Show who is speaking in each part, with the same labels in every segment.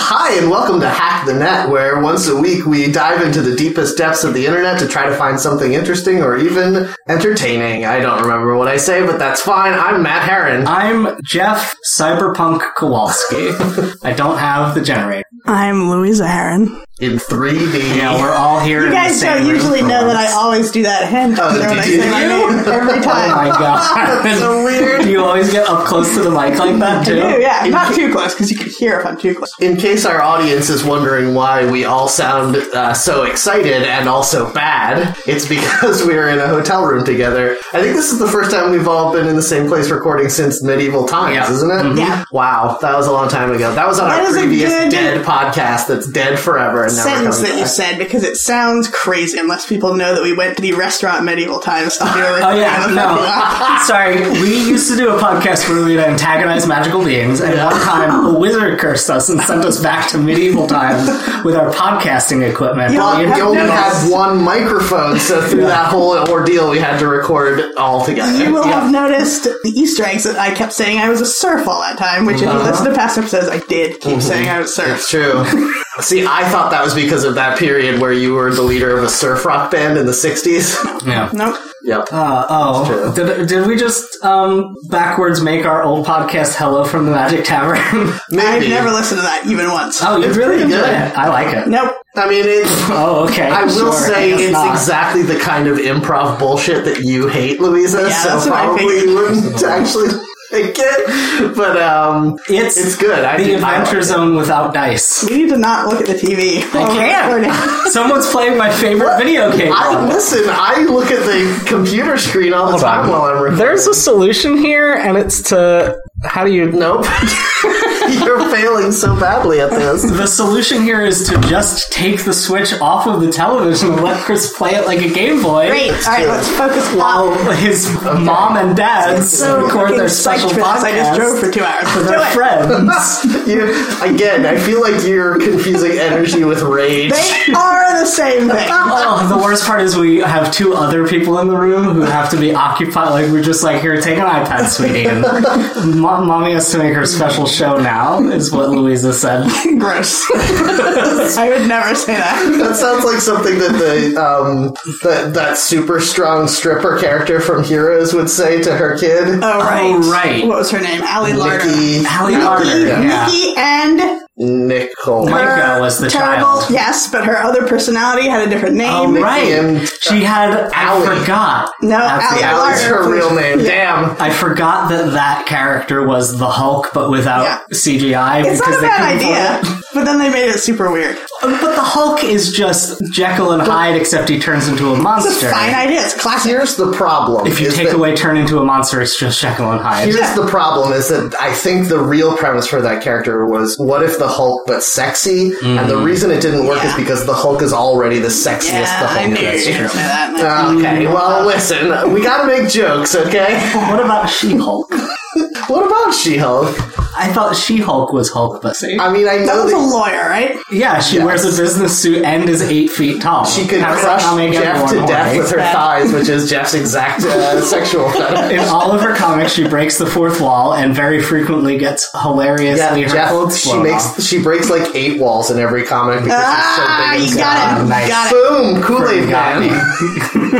Speaker 1: and welcome to Hack the Net, where once a week we dive into the deepest depths of the internet to try to find something interesting or even entertaining. I don't remember what I say, but that's fine. I'm Matt Heron.
Speaker 2: I'm Jeff Cyberpunk Kowalski. I don't have the generator.
Speaker 3: I'm Louisa Heron.
Speaker 1: In 3D.
Speaker 2: Yeah, we're all here.
Speaker 3: You
Speaker 2: in
Speaker 3: guys
Speaker 2: the same
Speaker 3: don't
Speaker 2: room
Speaker 3: usually
Speaker 2: for
Speaker 3: know that I
Speaker 2: once.
Speaker 3: always do that hand
Speaker 1: Oh,
Speaker 3: when I
Speaker 1: do
Speaker 3: say my
Speaker 1: you?
Speaker 3: name every
Speaker 2: Oh
Speaker 3: time.
Speaker 2: my god,
Speaker 1: That's so weird.
Speaker 2: Do you always get up close to the mic like that
Speaker 3: I
Speaker 2: too?
Speaker 3: do, yeah. Not too close, because you could hear if I'm too close.
Speaker 1: In case our audience is wondering why we all sound uh, so excited and also bad, it's because we are in a hotel room together. I think this is the first time we've all been in the same place recording since medieval times,
Speaker 2: Yeah. Mm-hmm.
Speaker 1: isn't it?
Speaker 3: Yeah.
Speaker 1: Wow, that was a long time ago. That was on
Speaker 3: That
Speaker 1: our
Speaker 3: is a
Speaker 1: previous
Speaker 3: good
Speaker 1: dead podcast that's dead forever and never
Speaker 3: Sentence
Speaker 1: comes
Speaker 3: that you
Speaker 1: back.
Speaker 3: said because it sounds crazy unless people know that we went to the restaurant in medieval times to do a
Speaker 2: Oh yeah,
Speaker 3: recording.
Speaker 2: no. Sorry, we used to do a podcast where we'd antagonize magical beings, and one time a wizard cursed us and sent us back to medieval times with our podcasting equipment.
Speaker 3: Yeah,
Speaker 1: Well,
Speaker 2: We-
Speaker 1: we
Speaker 3: I've
Speaker 1: only
Speaker 3: noticed.
Speaker 1: had one microphone, so through
Speaker 2: Yeah.
Speaker 1: that whole ordeal, we had to record all together.
Speaker 3: You will have noticed the Easter eggs that I kept saying I was a surf all that time, which if you
Speaker 2: Uh-huh.
Speaker 3: listen to past episodes, I did keep
Speaker 2: Mm-hmm.
Speaker 3: saying I was a surf.
Speaker 1: It's true. See, I thought that was because of that period where you were the leader of a surf rock band in the 60s.
Speaker 2: yeah.
Speaker 3: Nope.
Speaker 1: Yep.
Speaker 2: Uh, oh,
Speaker 1: That's
Speaker 2: did, did we just um, backwards make our old podcast "Hello from the Magic Tavern"?
Speaker 1: Maybe.
Speaker 3: I've never listened to that even once.
Speaker 2: oh, you
Speaker 1: It's
Speaker 2: really
Speaker 1: pretty
Speaker 2: enjoy
Speaker 1: good.
Speaker 2: it. I like it.
Speaker 3: Nope.
Speaker 1: I mean, it's.
Speaker 2: Oh, okay.
Speaker 1: I will
Speaker 2: Sure,
Speaker 1: say
Speaker 2: guess
Speaker 1: it's
Speaker 2: not.
Speaker 1: exactly the kind of improv bullshit that you hate, Louisa.
Speaker 3: Yeah,
Speaker 1: so
Speaker 3: that's what I
Speaker 1: probably
Speaker 3: figured.
Speaker 1: you wouldn't actually like it. But um,
Speaker 2: It's-
Speaker 1: it's good. I
Speaker 2: the
Speaker 1: do- I
Speaker 2: Adventure
Speaker 1: like it.
Speaker 2: Zone without dice.
Speaker 3: We need to not look at the TV. while we're
Speaker 2: can't.
Speaker 3: recording.
Speaker 2: Someone's playing my favorite video game.
Speaker 1: I listen. I look at the computer screen all the
Speaker 2: Hold
Speaker 1: time
Speaker 2: on.
Speaker 1: while I'm recording.
Speaker 2: There's a solution here, and it's to how do you?
Speaker 1: nope. You're failing so badly at this.
Speaker 2: The solution here is to just take the switch off of the television and let Chris play it like a Game Boy.
Speaker 3: Great. All right, let's focus.
Speaker 2: While his mom and dad record their
Speaker 3: fucking
Speaker 2: special
Speaker 3: psyched for this.
Speaker 2: podcast
Speaker 3: I just drove for two hours.
Speaker 2: for
Speaker 3: Do
Speaker 2: their
Speaker 3: it.
Speaker 2: friends.
Speaker 1: You, again, I feel like you're confusing energy with rage.
Speaker 3: They are the same thing.
Speaker 2: Oh, the worst part is we have two other people in the room who have to be occupied. Like we're just like, here, take an iPad, sweetie. And Mo- mommy has to make her special show now, is what Louisa said.
Speaker 3: Gross. I would never say that.
Speaker 1: That sounds like something that the um that that super strong stripper character from Heroes would say to her kid.
Speaker 3: Oh, right.
Speaker 2: right.
Speaker 3: What was her name? Allie Larder.
Speaker 1: Nikki
Speaker 2: Allie Larder. Yeah.
Speaker 3: Nikki and
Speaker 1: Nicole.
Speaker 2: My- Micah
Speaker 3: her
Speaker 2: was the
Speaker 3: terrible,
Speaker 2: child.
Speaker 3: Yes, but her other personality had a different name.
Speaker 2: Oh, right.
Speaker 1: and-
Speaker 2: She had.
Speaker 1: Allie.
Speaker 2: I forgot.
Speaker 3: No,
Speaker 2: That's the
Speaker 3: Allie
Speaker 2: Allie.
Speaker 1: That's her real name. Damn.
Speaker 2: I forgot that that character was the Hulk, but without
Speaker 3: Yeah.
Speaker 2: CGI.
Speaker 3: It's
Speaker 2: because
Speaker 3: not a
Speaker 2: they
Speaker 3: bad
Speaker 2: couldn't
Speaker 3: idea,
Speaker 2: afford it.
Speaker 3: but then they made it super weird.
Speaker 2: But the Hulk is just Jekyll and Hyde, except he turns into a monster.
Speaker 3: It's a fine idea. It's classic.
Speaker 1: Here's the problem.
Speaker 2: If you
Speaker 1: is
Speaker 2: take
Speaker 1: that-
Speaker 2: away turn into a monster, it's just Jekyll and Hyde.
Speaker 1: Here's the problem is that I think the real premise for that character was what if the Hulk but sexy? And
Speaker 2: Mm.
Speaker 1: the reason it didn't work is
Speaker 3: Yeah.
Speaker 1: because the Hulk is already the sexiest
Speaker 3: Yeah,
Speaker 1: the
Speaker 3: I
Speaker 1: Hulk
Speaker 3: knew you were
Speaker 1: is.
Speaker 3: gonna say that.
Speaker 2: Uh,
Speaker 1: Okay,
Speaker 2: Mm.
Speaker 1: well, listen, we gotta make jokes, okay?
Speaker 2: What about She-Hulk?
Speaker 1: What about She Hulk?
Speaker 2: I thought She-Hulk was Hulk, but see,
Speaker 1: I mean, I
Speaker 3: That
Speaker 1: know
Speaker 3: was a
Speaker 1: that
Speaker 3: lawyer, right?
Speaker 2: yeah, she wears a business suit and is eight feet tall.
Speaker 1: she could
Speaker 2: How does that
Speaker 1: crush
Speaker 2: not make
Speaker 1: Jeff
Speaker 2: everyone
Speaker 1: to death
Speaker 2: horny?
Speaker 1: with her
Speaker 3: Yeah.
Speaker 1: thighs, which is Jeff's exact uh, sexual fetish.
Speaker 2: In all of her comics, she breaks the fourth wall and very frequently gets hilariously
Speaker 1: Yeah,
Speaker 2: her
Speaker 1: Jeff.
Speaker 2: clothes
Speaker 1: She
Speaker 2: blown
Speaker 1: makes
Speaker 2: off.
Speaker 1: she breaks like eight walls in every comic because
Speaker 3: Ah,
Speaker 1: she's so big. and
Speaker 3: you got it.
Speaker 1: strong.
Speaker 2: nice.
Speaker 3: Got it.
Speaker 1: Boom, Kool Aid
Speaker 2: You got me.
Speaker 1: Man.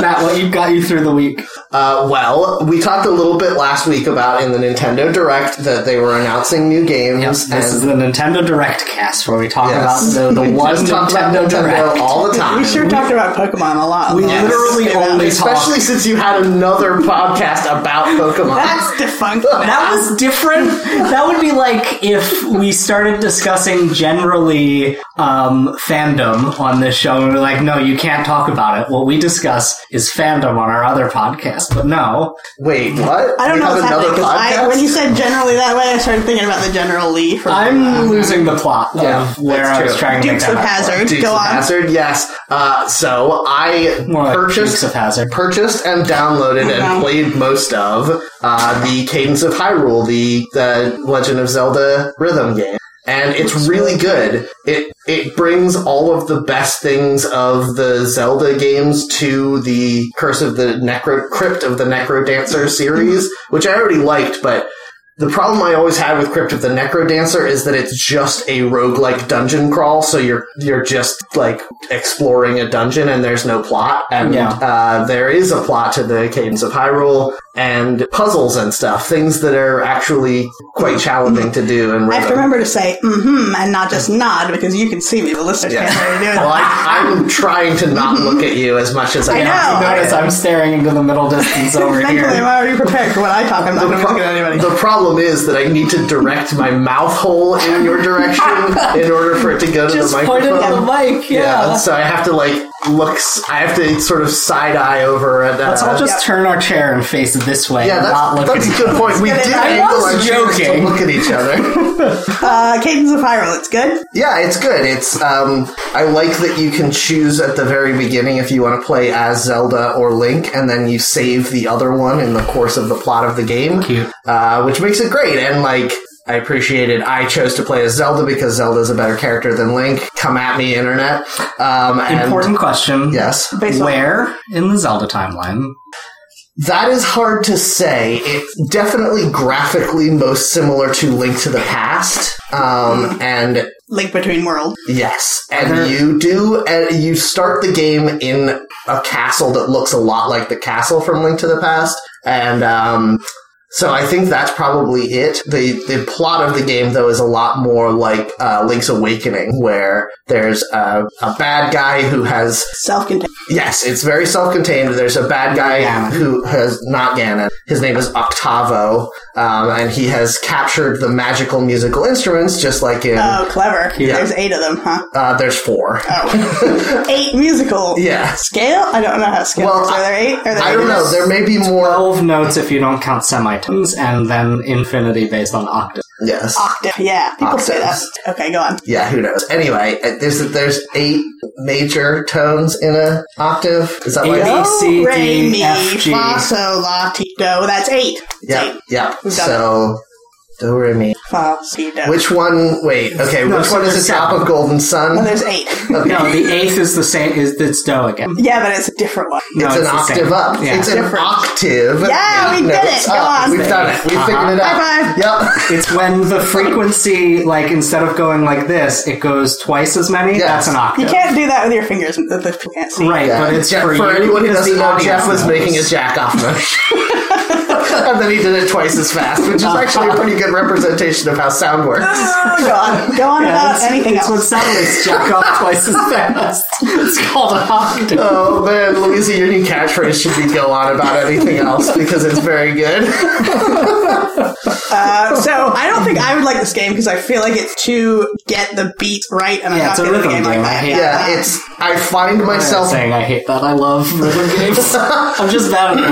Speaker 2: Matt, what you got you through the week?
Speaker 1: Uh, well, we talked a little bit last week about in the Nintendo Direct that they were announcing new games.
Speaker 2: This is
Speaker 1: and
Speaker 2: the Nintendo Direct cast where we talk
Speaker 1: Yes.
Speaker 2: about the, the one
Speaker 1: just talk about
Speaker 2: Nintendo Direct.
Speaker 1: all the time.
Speaker 3: We sure talked about Pokemon a lot.
Speaker 2: We
Speaker 3: Yes.
Speaker 2: literally
Speaker 3: Yeah.
Speaker 2: only talk
Speaker 1: Especially since you had another podcast about Pokemon.
Speaker 3: That's defunct.
Speaker 2: That was different. That would be like if we started discussing generally um, fandom on this show, and we are like, "No, you can't talk about it." What we discuss is fandom on our other podcast, but no,
Speaker 1: Wait, what?
Speaker 3: I don't
Speaker 1: We
Speaker 3: know
Speaker 1: have
Speaker 3: what's happening
Speaker 1: another
Speaker 3: because I,
Speaker 1: podcast?
Speaker 3: when you said generally that way, I started thinking about the General Lee from
Speaker 2: I'm losing the plot
Speaker 1: Yeah,
Speaker 2: of where
Speaker 1: that's
Speaker 2: I was
Speaker 1: true.
Speaker 2: trying to
Speaker 3: Dukes
Speaker 2: make
Speaker 3: of
Speaker 2: that up.
Speaker 3: Hazard.
Speaker 1: Dukes
Speaker 3: Go
Speaker 1: of
Speaker 3: on.
Speaker 1: Hazard, yes. Uh, so I
Speaker 2: More like Dukes
Speaker 1: purchased
Speaker 2: of Hazard.
Speaker 1: purchased and downloaded and
Speaker 3: Okay.
Speaker 1: played most of uh, the Cadence of Hyrule, the the Legend of Zelda rhythm game. And it's really good. It it brings all of the best things of the Zelda games to the Curse of the Necro Crypt of the Necro Dancer series, which I already liked, but The problem I always had with Crypt of the Necro Dancer is that it's just a roguelike dungeon crawl, so you're you're just like exploring a dungeon and there's no plot. And
Speaker 2: Yeah.
Speaker 1: uh, there is a plot to the Cadence of Hyrule and puzzles and stuff, things that are actually quite challenging to do and
Speaker 3: I have to remember to say mm-hmm and not just nod because you can see me. The listeners
Speaker 1: Yeah.
Speaker 3: can't really do it.
Speaker 1: Well, I, I'm trying to
Speaker 2: Mm-hmm.
Speaker 1: not look at you as much as I,
Speaker 3: I
Speaker 1: can.
Speaker 3: know.
Speaker 2: You notice
Speaker 3: I-
Speaker 2: I'm staring into the middle distance over
Speaker 3: Mentally, I'm
Speaker 2: here.
Speaker 3: already prepared for what I talk. I'm not going to look at anybody.
Speaker 1: The problem is that I need to direct my mouth hole in your direction in order for it to go to
Speaker 2: Just
Speaker 1: the
Speaker 2: pointed
Speaker 1: microphone.
Speaker 2: at the mic,
Speaker 1: Yeah,
Speaker 2: yeah.
Speaker 1: so I have to like look. s- I have to sort of side eye over at that.
Speaker 2: Let's all just turn our chair and face it this way
Speaker 1: yeah,
Speaker 2: and not
Speaker 1: that's,
Speaker 2: look at
Speaker 1: that's a good point. We
Speaker 3: I
Speaker 1: did angle
Speaker 2: was
Speaker 1: our chairs to
Speaker 2: joking.
Speaker 1: look at each other.
Speaker 3: Uh, Cadence of Hyrule. It's good.
Speaker 1: yeah, it's good. It's um, I like that you can choose at the very beginning if you want to play as Zelda or Link, and then you save the other one in the course of the plot of the game.
Speaker 2: Cute.
Speaker 1: uh, which makes it great. And like, I appreciate it. I chose to play as Zelda because Zelda's a better character than Link. Come at me, internet. Um, and
Speaker 2: Important question.
Speaker 1: Yes,
Speaker 3: Based on-
Speaker 2: Where in the Zelda timeline?
Speaker 1: that is hard to say. It's definitely graphically most similar to Link to the Past. Um, and
Speaker 3: Link between worlds.
Speaker 1: yes, and
Speaker 2: There-
Speaker 1: you do. Uh, you start the game in a castle that looks a lot like the castle from Link to the Past, and um, So I think that's probably it. The the plot of the game though is a lot more like uh, Link's Awakening, where there's a, a bad guy who has
Speaker 3: Self-contained.
Speaker 1: yes, it's very self contained. There's a bad guy
Speaker 2: Ganon.
Speaker 1: who has not Ganon. His name is Octavo, um, and he has captured the magical musical instruments, just like in
Speaker 3: Oh, clever.
Speaker 1: Yeah.
Speaker 3: There's eight of them, huh?
Speaker 1: uh, there's four.
Speaker 3: Oh. eight musical.
Speaker 1: Yeah.
Speaker 3: Scale? I don't know how scale
Speaker 1: Well,
Speaker 3: works. Are there eight? Are there
Speaker 1: I don't
Speaker 3: eight?
Speaker 1: know. There may be more.
Speaker 2: 12 notes if you don't count semitones, and then infinity based on octaves.
Speaker 1: Yes.
Speaker 3: Octave. Yeah, people say that.
Speaker 1: Octaves.
Speaker 3: Okay, go on.
Speaker 1: Ah. Yeah, who knows? Anyway, uh, there's there's eight major tones in a octave. Is that
Speaker 2: A,
Speaker 1: what
Speaker 2: B,
Speaker 1: I
Speaker 2: C,
Speaker 3: Do, re,
Speaker 2: D,
Speaker 3: mi,
Speaker 2: F, G.
Speaker 3: Oh, fa, sol, la, ti, do. That's eight. It's
Speaker 1: Yeah,
Speaker 3: eight.
Speaker 1: yeah.
Speaker 3: We've done
Speaker 1: So, do re mi.
Speaker 3: Fa, si, do.
Speaker 1: Which one? Wait. Okay.
Speaker 2: No,
Speaker 1: which
Speaker 2: so
Speaker 1: one is
Speaker 2: there's
Speaker 1: the top
Speaker 2: seven.
Speaker 1: of Golden
Speaker 3: No,
Speaker 1: Sun?
Speaker 3: there's eight.
Speaker 1: Okay.
Speaker 2: No, the eighth is the same. Is it's do again?
Speaker 3: yeah, but it's a different one.
Speaker 2: No,
Speaker 1: it's, an
Speaker 2: the
Speaker 1: octave
Speaker 2: same.
Speaker 1: up.
Speaker 2: Yeah.
Speaker 1: It's
Speaker 2: It's,
Speaker 1: an octave.
Speaker 3: Yeah, we
Speaker 1: Eight
Speaker 3: did
Speaker 1: notes
Speaker 3: it. Go
Speaker 1: up.
Speaker 3: on.
Speaker 1: We've done it. We've
Speaker 2: Uh-huh.
Speaker 1: figured it out.
Speaker 3: High
Speaker 1: Yep.
Speaker 2: when the frequency, like instead of going like this, it goes twice as many.
Speaker 1: Yes.
Speaker 2: That's an
Speaker 3: You
Speaker 2: octave.
Speaker 3: can't do that with your fingers. The the people can't see.
Speaker 2: Right,
Speaker 1: Yeah.
Speaker 2: but it's
Speaker 1: Jeff-
Speaker 2: for, you
Speaker 1: anyone who
Speaker 2: because
Speaker 1: doesn't
Speaker 2: the
Speaker 1: know,
Speaker 2: audience
Speaker 1: Jeff was
Speaker 2: knows.
Speaker 1: making his jack off motion. and then he did it twice as fast, which is actually a pretty good representation of how sound works.
Speaker 3: Oh, go on. Go on
Speaker 2: Yeah,
Speaker 3: about
Speaker 2: it's,
Speaker 3: anything
Speaker 2: it's
Speaker 3: else.
Speaker 2: what sounds jack off twice as fast. It's called an octave.
Speaker 1: Oh man, Louisa, your new catchphrase should be go on about anything else because it's very good.
Speaker 3: Uh, so I don't think I would like this game because I feel like it's to get the beat right, and I'm
Speaker 2: Yeah,
Speaker 3: not
Speaker 2: it's a
Speaker 3: good at
Speaker 2: rhythm
Speaker 3: game like
Speaker 2: game. I
Speaker 3: that.
Speaker 2: hate
Speaker 1: Yeah, it's. I find
Speaker 2: I'm not
Speaker 1: myself.
Speaker 2: saying I hate that. I love rhythm games. I'm just bad at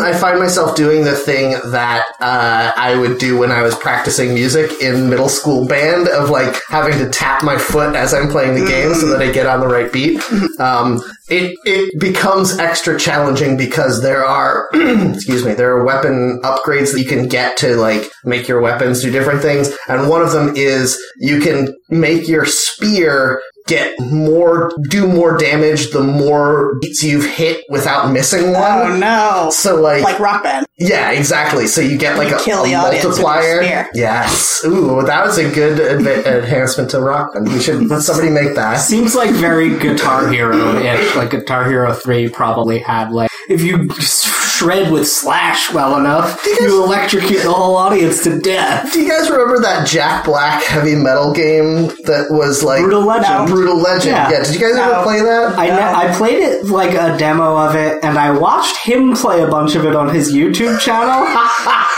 Speaker 1: I find myself doing the thing that uh, I would do when I was practicing music in middle school band of like having to tap my foot as I'm playing the game so that I get on the right beat. Um, it it becomes extra challenging because there are excuse me there are weapon upgrades that you can get to like make your weapons do different things, and one of them is you can make your spear get more do more damage the more beats you've hit without missing one.
Speaker 3: Oh no!
Speaker 1: So like,
Speaker 3: Like Rock Band.
Speaker 1: yeah, exactly. So you get like
Speaker 3: You
Speaker 1: a,
Speaker 3: kill
Speaker 1: a
Speaker 3: the audience with
Speaker 1: multiplier.
Speaker 3: a spear.
Speaker 1: yes. Ooh, that was a good adva- enhancement to Rockman. We should let somebody make that.
Speaker 2: Seems like very Guitar Hero ish. Like Guitar Hero 3 probably had like, if you s- shred with Slash well enough, you electrocute the whole audience to death.
Speaker 1: Do you guys remember that Jack Black heavy metal game that was like
Speaker 2: Brutal Legend.
Speaker 1: Brutal Legend? Yeah.
Speaker 2: Yeah.
Speaker 1: Did you guys ever
Speaker 3: No.
Speaker 1: play that?
Speaker 2: I, ne- I played it like a demo of it, and I watched him play a bunch of it on his YouTube channel.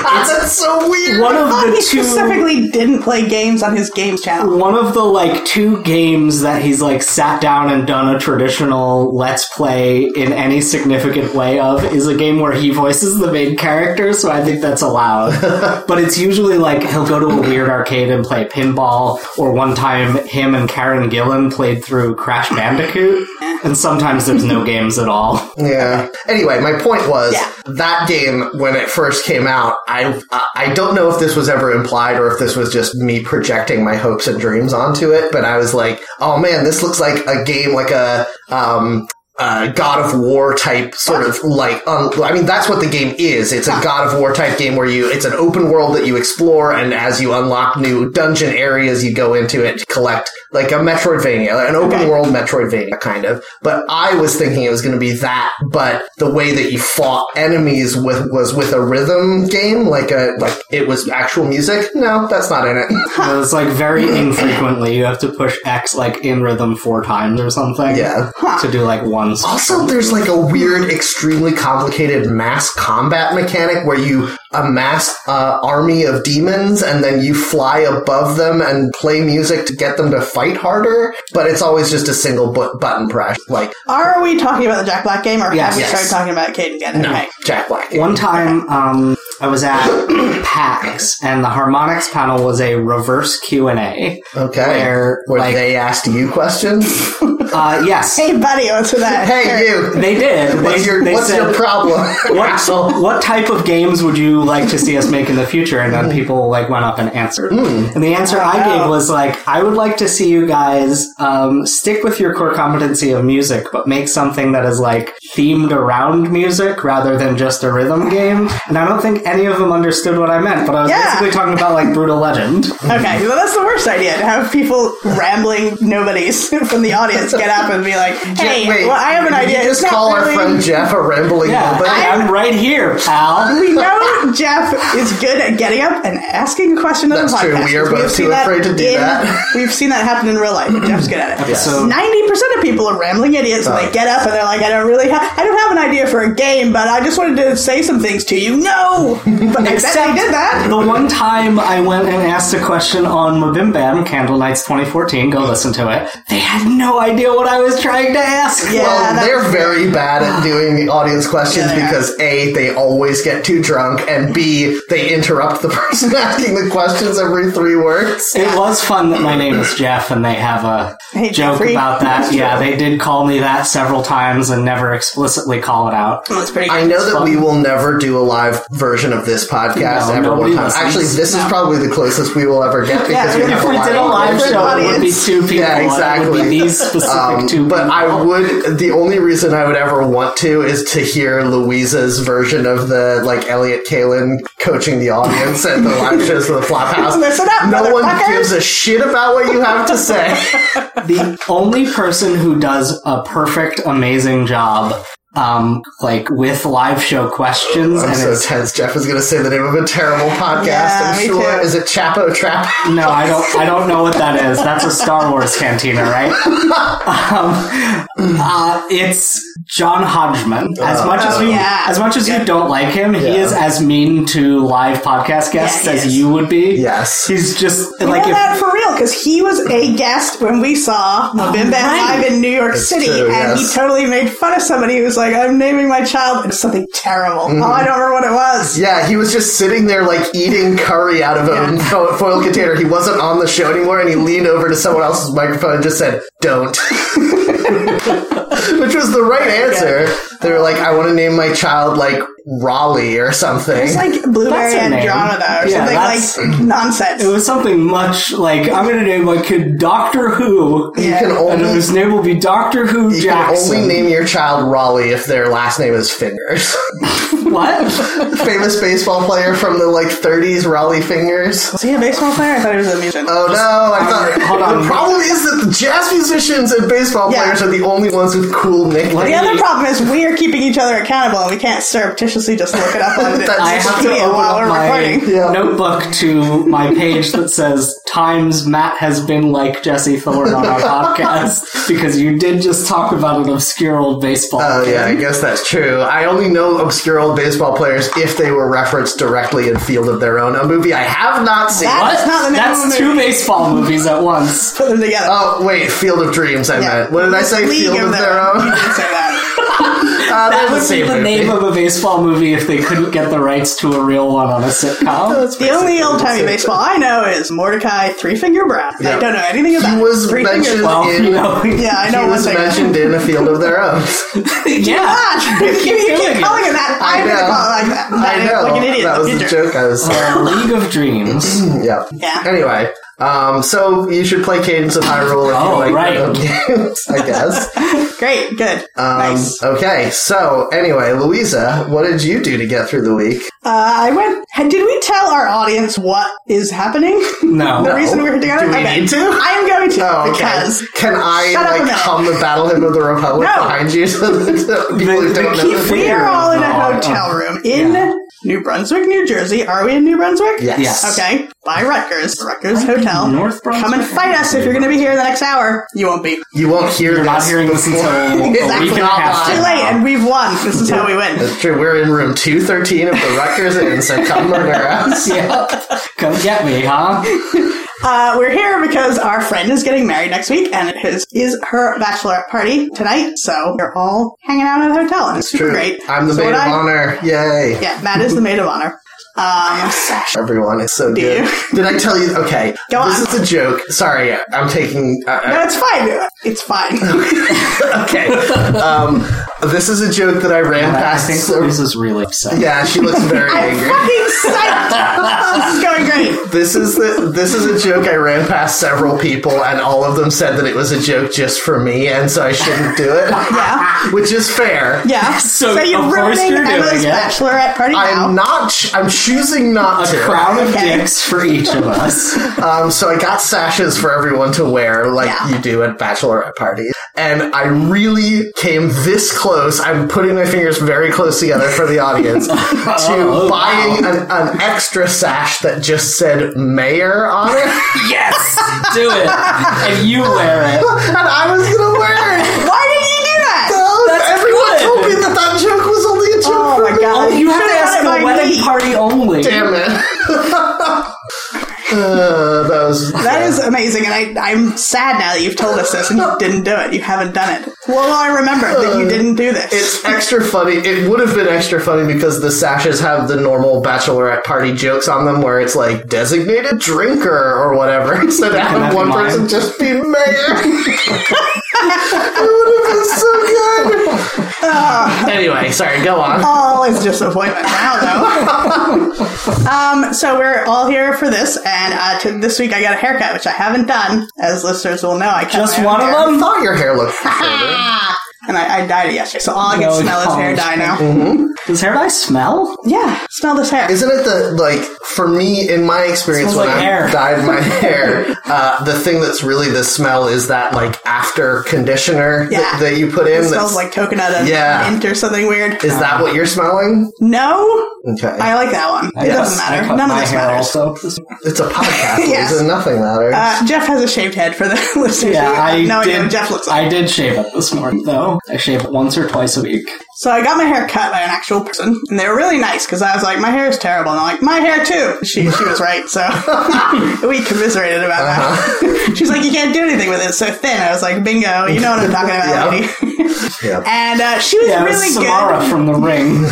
Speaker 1: That's so weird.
Speaker 2: One of
Speaker 3: He
Speaker 2: the two
Speaker 3: specifically didn't play games on his games channel.
Speaker 2: one of the like two games that he's like sat down and done a traditional let's play in any significant way of is a game where he voices the main character so i think that's allowed but it's usually like he'll go to a weird arcade and play pinball or one time him and karen gillan played through crash bandicoot and sometimes there's no games at all
Speaker 1: Yeah. Anyway, my point was
Speaker 3: Yeah.
Speaker 1: that game when it first came out, I I don't know if this was ever implied or if this was just me projecting my hopes and dreams onto it, but I was like, oh man, this looks like a game like a um uh, God of War type sort of like. Um, I mean, that's what the game is. It's a God of War type game where you it's an open world that you explore, and as you unlock new dungeon areas, you go into it to collect like a Metroidvania, an open
Speaker 3: Okay.
Speaker 1: world Metroidvania kind of. But I was thinking it was going to be that, but the way that you fought enemies with was with a rhythm game, like a like it was actual music. No, that's not in it.
Speaker 2: So it's like very infrequently. You have to push X like in rhythm four times or something.
Speaker 1: Yeah.
Speaker 2: To do like one.
Speaker 1: Also, there's like a weird, extremely complicated mass combat mechanic where you amass an army of demons and then you fly above them and play music to get them to fight harder. But it's always just a single bu- button press, like
Speaker 3: Are we talking about the Jack Black game, or
Speaker 2: Yes.
Speaker 3: have we
Speaker 1: Yes.
Speaker 3: started talking about Caden again?
Speaker 1: no,
Speaker 3: Okay.
Speaker 1: Jack Black.
Speaker 2: One time, um, I was at PAX, and the harmonics panel was a reverse Q and A.
Speaker 1: Okay,
Speaker 2: Where,
Speaker 1: where
Speaker 2: like-
Speaker 1: they asked you questions.
Speaker 2: Uh, yes,
Speaker 3: Hey, buddy, answer that.
Speaker 1: hey, you.
Speaker 2: they did.
Speaker 1: What's
Speaker 2: they,
Speaker 1: your
Speaker 2: they
Speaker 1: What's
Speaker 2: said,
Speaker 1: your problem?
Speaker 2: what, what type of games would you like to see us make in the future? And then people like went up and answered. And the answer I
Speaker 3: Hmm. Wow.
Speaker 2: gave was like, I would like to see you guys um, stick with your core competency of music, but make something that is like themed around music rather than just a rhythm game. And I don't think any of them understood what I meant, but I was
Speaker 3: Yeah.
Speaker 2: basically talking about like Brutal Legend.
Speaker 3: Okay, well, that's the worst idea to have people rambling nobodies from the audience get up and be like, hey,
Speaker 1: Wait,
Speaker 3: well, I have an
Speaker 1: did
Speaker 3: idea.
Speaker 1: You just
Speaker 3: it's
Speaker 1: call
Speaker 3: not
Speaker 1: our
Speaker 3: really...
Speaker 1: friend Jeff a rambling
Speaker 2: Yeah,
Speaker 1: nobody.
Speaker 2: I, am right here, pal.
Speaker 3: We know Jeff is good at getting up and asking a question on
Speaker 1: That's
Speaker 3: the podcast.
Speaker 1: true. We are
Speaker 3: 'cause
Speaker 1: both
Speaker 3: we've seen
Speaker 1: too
Speaker 3: that
Speaker 1: afraid to do
Speaker 3: in-
Speaker 1: that.
Speaker 3: We've seen that happen in real life. and Jeff's good at it.
Speaker 2: Episode-
Speaker 3: Ninety percent of people are rambling idiots, and
Speaker 1: Oh.
Speaker 3: they get up and they're like, "I don't really, ha- I don't have an idea for a game, but I just wanted to say some things to you." No, but except I bet they did that.
Speaker 2: The one time I went and asked a question on Mabim Bam, Candle Nights 2014, go listen to it. They had no idea what I was trying to ask.
Speaker 3: Yeah,
Speaker 1: well,
Speaker 3: that-
Speaker 1: they're very bad at doing audience questions
Speaker 3: Yeah, they are.
Speaker 1: because A, they always get too drunk, and B, they interrupt the person asking the questions every three words.
Speaker 2: It was fun that my name is Jeff and they have a
Speaker 3: Hey,
Speaker 2: joke
Speaker 3: Jeffrey.
Speaker 2: about that. Yeah, they did call me that several times and never explicitly call it out.
Speaker 3: That's pretty. Good.
Speaker 1: I know that we will never do a live version of this podcast
Speaker 2: No,
Speaker 1: ever one
Speaker 2: nobody
Speaker 1: time.
Speaker 2: listens.
Speaker 1: Actually, this is probably the closest we will ever get
Speaker 3: Yeah,
Speaker 1: because we
Speaker 3: if
Speaker 1: have
Speaker 2: If we did a live
Speaker 1: audience.
Speaker 2: show, it would be
Speaker 3: audience.
Speaker 2: two people.
Speaker 1: Yeah,
Speaker 2: and It would
Speaker 1: exactly.
Speaker 2: be these specific
Speaker 1: Um,
Speaker 2: two
Speaker 1: but
Speaker 2: people.
Speaker 1: I would. The only reason I would ever want to is to hear Louisa's version of the like Elliot Kalin coaching the audience at the live shows for the Flophouse.
Speaker 3: Listen up,
Speaker 1: no one
Speaker 3: motherfuckers.
Speaker 1: gives a shit about what you have to say.
Speaker 2: the only person who does a perfect, amazing job, um, like with live show questions,
Speaker 1: I'm
Speaker 2: and
Speaker 1: so
Speaker 2: it's
Speaker 1: tense. Jeff is going to say the name of a terrible podcast.
Speaker 3: Yeah,
Speaker 1: I'm
Speaker 3: me
Speaker 1: sure.
Speaker 3: too.
Speaker 1: Is it Chapo Trap?
Speaker 2: no, I don't, I don't know what that is. That's a Star Wars cantina, right? um, uh, it's John Hodgman. As much as
Speaker 1: Oh,
Speaker 2: you,
Speaker 3: yeah.
Speaker 2: as much as you don't like him, he
Speaker 1: Yeah.
Speaker 2: is as mean to live podcast guests
Speaker 3: Yeah, he
Speaker 2: as
Speaker 3: is.
Speaker 2: you would be.
Speaker 1: Yes.
Speaker 2: he's just
Speaker 3: You
Speaker 2: like
Speaker 3: know
Speaker 2: if
Speaker 3: that for real because he was a guest when we saw Bim Bam
Speaker 2: right.
Speaker 3: Live in New York
Speaker 1: It's
Speaker 3: City,
Speaker 1: true,
Speaker 3: and
Speaker 1: yes.
Speaker 3: he totally made fun of somebody who was like, "I'm naming my child it's something terrible." Oh, I don't remember what it was.
Speaker 1: Mm-hmm. Yeah, he was just sitting there like eating curry out of a fo- foil container. He wasn't on the show anymore, and he leaned over to someone else's microphone and just said, "Don't," which was the right answer. They were like, "I want to name my child like Raleigh or something."
Speaker 3: It's like Blueberry
Speaker 2: That's her name.
Speaker 3: Andromeda or
Speaker 2: Yeah,
Speaker 3: something like nonsense.
Speaker 2: it was something much like I'm going to name my kid Doctor Who.
Speaker 1: you can
Speaker 2: And
Speaker 1: only
Speaker 2: his name will be Doctor Who
Speaker 1: you can
Speaker 2: Jackson.
Speaker 1: only name your child Raleigh if their last name is Fingers.
Speaker 2: what?
Speaker 1: Famous baseball player from the like 30s, Raleigh Fingers.
Speaker 3: was he a baseball player? I thought he was a musician.
Speaker 1: Oh no! I thought
Speaker 2: hold on.
Speaker 1: the problem is that the jazz musicians and baseball
Speaker 3: Yeah.
Speaker 1: players are the only ones with cool nicknames.
Speaker 3: the other problem is we are keeping each other accountable, and we can't surreptitiously just look it up on
Speaker 1: That's-
Speaker 2: I have to
Speaker 3: Wikipedia
Speaker 2: open
Speaker 3: while
Speaker 2: up
Speaker 3: we're
Speaker 2: my
Speaker 3: recording.
Speaker 1: Yeah.
Speaker 2: notebook to my page that says times Matt has been like Jesse Thorne on our podcast because you did just talk about an obscure old baseball.
Speaker 1: Oh
Speaker 2: kid.
Speaker 1: yeah, I guess that's true. I only know obscure old baseball players if they were referenced directly in Field of Their Own, a movie I have not seen.
Speaker 3: That-
Speaker 2: What?
Speaker 3: That's not the name
Speaker 2: That's
Speaker 3: of the
Speaker 2: two
Speaker 3: movie.
Speaker 2: baseball movies at once.
Speaker 3: Put them together.
Speaker 1: Oh wait, Field of Dreams. I meant. What did I say?
Speaker 3: League
Speaker 1: Field of Their,
Speaker 3: You
Speaker 1: Own.
Speaker 3: did say that.
Speaker 1: Uh,
Speaker 2: That
Speaker 1: they're
Speaker 2: would be
Speaker 1: same
Speaker 2: the
Speaker 1: movie.
Speaker 2: name of a baseball movie if they couldn't get the rights to a real one on a sitcom.
Speaker 1: That's
Speaker 3: The only
Speaker 1: basically
Speaker 3: old timey
Speaker 1: same
Speaker 3: baseball I know is Mordecai Three Finger Brown.
Speaker 1: Yeah.
Speaker 3: I don't know anything about
Speaker 1: He
Speaker 3: it.
Speaker 1: was
Speaker 3: Three
Speaker 1: mentioned
Speaker 3: Finger Brown.
Speaker 2: Well,
Speaker 1: in.
Speaker 2: you know,
Speaker 3: Yeah, I know
Speaker 1: He
Speaker 3: one
Speaker 1: was
Speaker 3: thing.
Speaker 1: mentioned in A Field of Their Own.
Speaker 2: yeah.
Speaker 3: Ah, you keep
Speaker 2: doing it.
Speaker 3: calling it that.
Speaker 1: I
Speaker 3: I'm gonna
Speaker 1: know.
Speaker 3: call it like that.
Speaker 1: I know.
Speaker 3: Like an idiot
Speaker 1: that
Speaker 3: in
Speaker 1: was
Speaker 3: the
Speaker 1: the
Speaker 3: future.
Speaker 1: joke I was.
Speaker 2: Uh, League of Dreams.
Speaker 1: yeah.
Speaker 3: Yeah.
Speaker 1: Anyway, Um, so you should play Cadence of Hyrule if
Speaker 2: Oh,
Speaker 1: you like
Speaker 2: right.
Speaker 1: rhythm games, I guess. Um,
Speaker 3: Great, good. nice.
Speaker 1: Okay, so anyway, Louisa, what did you do to get through the week?
Speaker 3: Uh, I went. Did we tell our audience what is happening?
Speaker 2: No.
Speaker 3: the
Speaker 1: No.
Speaker 3: reason we're together.
Speaker 1: Do we
Speaker 3: Okay.
Speaker 1: need to?
Speaker 3: I'm going to
Speaker 1: Oh, okay.
Speaker 3: because
Speaker 1: Can I
Speaker 3: Shut up a
Speaker 1: like
Speaker 3: minute.
Speaker 1: hum the battle hymn of the Republic
Speaker 3: No.
Speaker 1: behind you so that so people who
Speaker 2: the
Speaker 1: don't
Speaker 2: key
Speaker 1: know this?
Speaker 2: thing-
Speaker 3: we are
Speaker 2: Here.
Speaker 3: all in a
Speaker 2: Oh,
Speaker 3: hotel
Speaker 2: oh.
Speaker 3: room in
Speaker 2: Yeah.
Speaker 3: New Brunswick, New Jersey. Are we in New Brunswick?
Speaker 1: Yes.
Speaker 2: Yes.
Speaker 3: Okay. By Rutgers, Rutgers Hotel.
Speaker 2: North Brunswick.
Speaker 3: Come and fight us if you're going to be here in the next hour. You won't be.
Speaker 1: You won't hear
Speaker 2: You're
Speaker 1: this.
Speaker 2: not hearing this
Speaker 1: before-
Speaker 2: until a week
Speaker 1: Exactly.
Speaker 2: and a half
Speaker 3: Too
Speaker 1: Uh-huh.
Speaker 2: from
Speaker 3: late,
Speaker 2: now.
Speaker 3: and we've won. This is how we win.
Speaker 1: That's true. We're in room 213 of the Rutgers Inn, so come murder us.
Speaker 2: Yeah. Come get me, huh?
Speaker 3: Uh, we're here because our friend is getting married next week, and it is, is her bachelorette party tonight. So we're all hanging out at the hotel, and it's super
Speaker 1: True.
Speaker 3: great.
Speaker 1: I'm the
Speaker 3: So
Speaker 1: maid
Speaker 3: what
Speaker 1: of
Speaker 3: I-
Speaker 1: honor. Yay.
Speaker 3: Yeah, Matt is the maid of honor. Um,
Speaker 1: Everyone is so
Speaker 3: Do
Speaker 1: good. Did I tell you? Okay.
Speaker 3: Go
Speaker 1: this
Speaker 3: on.
Speaker 1: is a joke. Sorry, I'm taking. uh, I- I-
Speaker 3: no, it's fine. It's fine.
Speaker 1: okay. Um, this is a joke that I ran
Speaker 2: I
Speaker 1: past.
Speaker 2: think this is really upset.
Speaker 1: yeah, she looks very
Speaker 3: I'm
Speaker 1: angry.
Speaker 3: fucking psyched. this is going great.
Speaker 1: This is the this is a joke I ran past several people, and all of them said that it was a joke just for me, and so I shouldn't do it,
Speaker 3: Yeah.
Speaker 1: which is fair.
Speaker 3: Yeah.
Speaker 2: So,
Speaker 3: you're
Speaker 2: of course
Speaker 3: ruining
Speaker 2: you're doing
Speaker 3: Emma's
Speaker 2: it.
Speaker 3: bachelorette party now.
Speaker 1: I'm not. ch- I'm choosing not
Speaker 2: A
Speaker 1: to.
Speaker 2: crown of
Speaker 3: Okay.
Speaker 2: dicks for each of us.
Speaker 1: Um, so I got sashes for everyone to wear, like
Speaker 3: Yeah.
Speaker 1: you do at bachelorette parties. And I really came this close. I'm putting my fingers very close together for the audience to
Speaker 2: Oh, wow.
Speaker 1: buying an, an extra sash that just said mayor on it,
Speaker 2: Yes! Do it! And you wear it.
Speaker 1: and I was gonna wear it.
Speaker 3: Why did you do that?
Speaker 1: Oh, everyone
Speaker 2: good.
Speaker 1: told me that that joke was only a joke
Speaker 3: Oh
Speaker 1: for
Speaker 3: my
Speaker 1: me. Oh,
Speaker 3: God.
Speaker 2: Oh, you have
Speaker 3: Should've
Speaker 2: to
Speaker 3: had
Speaker 2: ask
Speaker 3: it by
Speaker 2: a wedding
Speaker 3: me.
Speaker 2: party only.
Speaker 1: Damn it. uh, that was
Speaker 3: That is amazing, and I, I'm sad now that you've told us this and you didn't do it. You haven't done it. Well, I remember that you didn't do this.
Speaker 1: Uh, It's extra funny. It would have been extra funny because the sashes have the normal bachelorette party jokes on them where it's like designated drinker or whatever. So to
Speaker 2: Can
Speaker 1: have
Speaker 2: that
Speaker 1: one
Speaker 2: be mine?
Speaker 1: person just be mayor. it would have been so good. anyway, sorry, go on.
Speaker 3: all is disappointment now, though. um, so we're all here for this, and uh, to, this week I got a haircut, which I haven't done, as listeners will know. I cut
Speaker 2: Just
Speaker 3: my own
Speaker 2: one of
Speaker 3: hair.
Speaker 1: I
Speaker 2: them?
Speaker 1: thought your hair looked further.
Speaker 3: and I, I dyed it yesterday, so all I can
Speaker 2: No,
Speaker 3: smell is
Speaker 2: oh,
Speaker 3: hair
Speaker 2: it's
Speaker 3: dye now.
Speaker 2: Does hair dye smell?
Speaker 3: Yeah, smell this hair.
Speaker 1: Isn't it the like for me in my experience
Speaker 2: Smells
Speaker 1: when I
Speaker 2: like hair.
Speaker 1: dyed my hair, uh, the thing that's really the smell is that like after conditioner
Speaker 3: Yeah.
Speaker 1: that, that you put in.
Speaker 3: It
Speaker 1: that's-
Speaker 3: smells like coconut and
Speaker 1: Yeah.
Speaker 3: mint or something weird.
Speaker 1: Is that what you're smelling?
Speaker 3: No,
Speaker 1: Okay.
Speaker 3: I like that one. It doesn't matter. None of this matters.
Speaker 2: Also.
Speaker 1: It's a podcast.
Speaker 3: Yes.
Speaker 1: Doesn't nothing matter.
Speaker 3: Uh, Jeff has a shaved head for the listeners.
Speaker 2: Yeah,
Speaker 3: who have
Speaker 2: I
Speaker 3: no idea
Speaker 2: did.
Speaker 3: what Jeff looks like.
Speaker 2: I did shave it this morning, though. I shave it once or twice a week.
Speaker 3: So I got my hair cut by an actual person, and they were really nice because I was like, "My hair is terrible," and I'm like, "My hair too." She she was right, so we commiserated about
Speaker 2: Uh-huh.
Speaker 3: that. She's like, "You can't do anything with it; it's so thin." I was like, "Bingo, you know what I'm talking
Speaker 1: Yeah.
Speaker 3: about, lady."
Speaker 1: yeah.
Speaker 3: and uh, she was
Speaker 2: Yeah, it was
Speaker 3: really
Speaker 2: Samara
Speaker 3: good.
Speaker 2: from The Ring.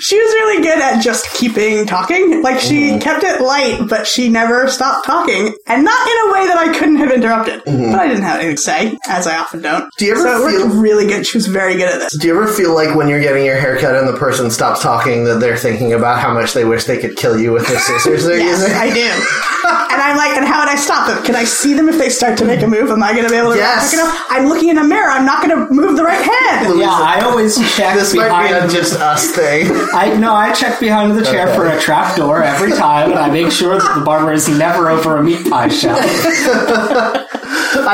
Speaker 3: She was really good at just keeping talking. Like she
Speaker 1: Mm-hmm.
Speaker 3: kept it light, but she never stopped talking, and not in a way that I couldn't have interrupted. But I didn't have anything to say, as I often don't.
Speaker 1: Mm-hmm. Do you ever
Speaker 3: so it
Speaker 1: feel-
Speaker 3: worked really good? She was very good at this.
Speaker 1: Do you ever feel like when you're getting your haircut and the person stops talking that they're thinking about how much they wish they could kill you with the scissors they're
Speaker 3: Yes,
Speaker 1: using?
Speaker 3: I do. And I'm like, and how would I stop them? Can I see them if they start to make a move? Am I going to be able to
Speaker 1: Yes.
Speaker 3: pick it up? I'm looking in a mirror. I'm not going to move the right hand.
Speaker 2: Yeah, I always check
Speaker 1: This might be
Speaker 2: behind.
Speaker 1: a just us thing.
Speaker 2: I no, I check behind the chair for a trap door every time, and I make sure that the barber is never over a meat pie shop.
Speaker 1: I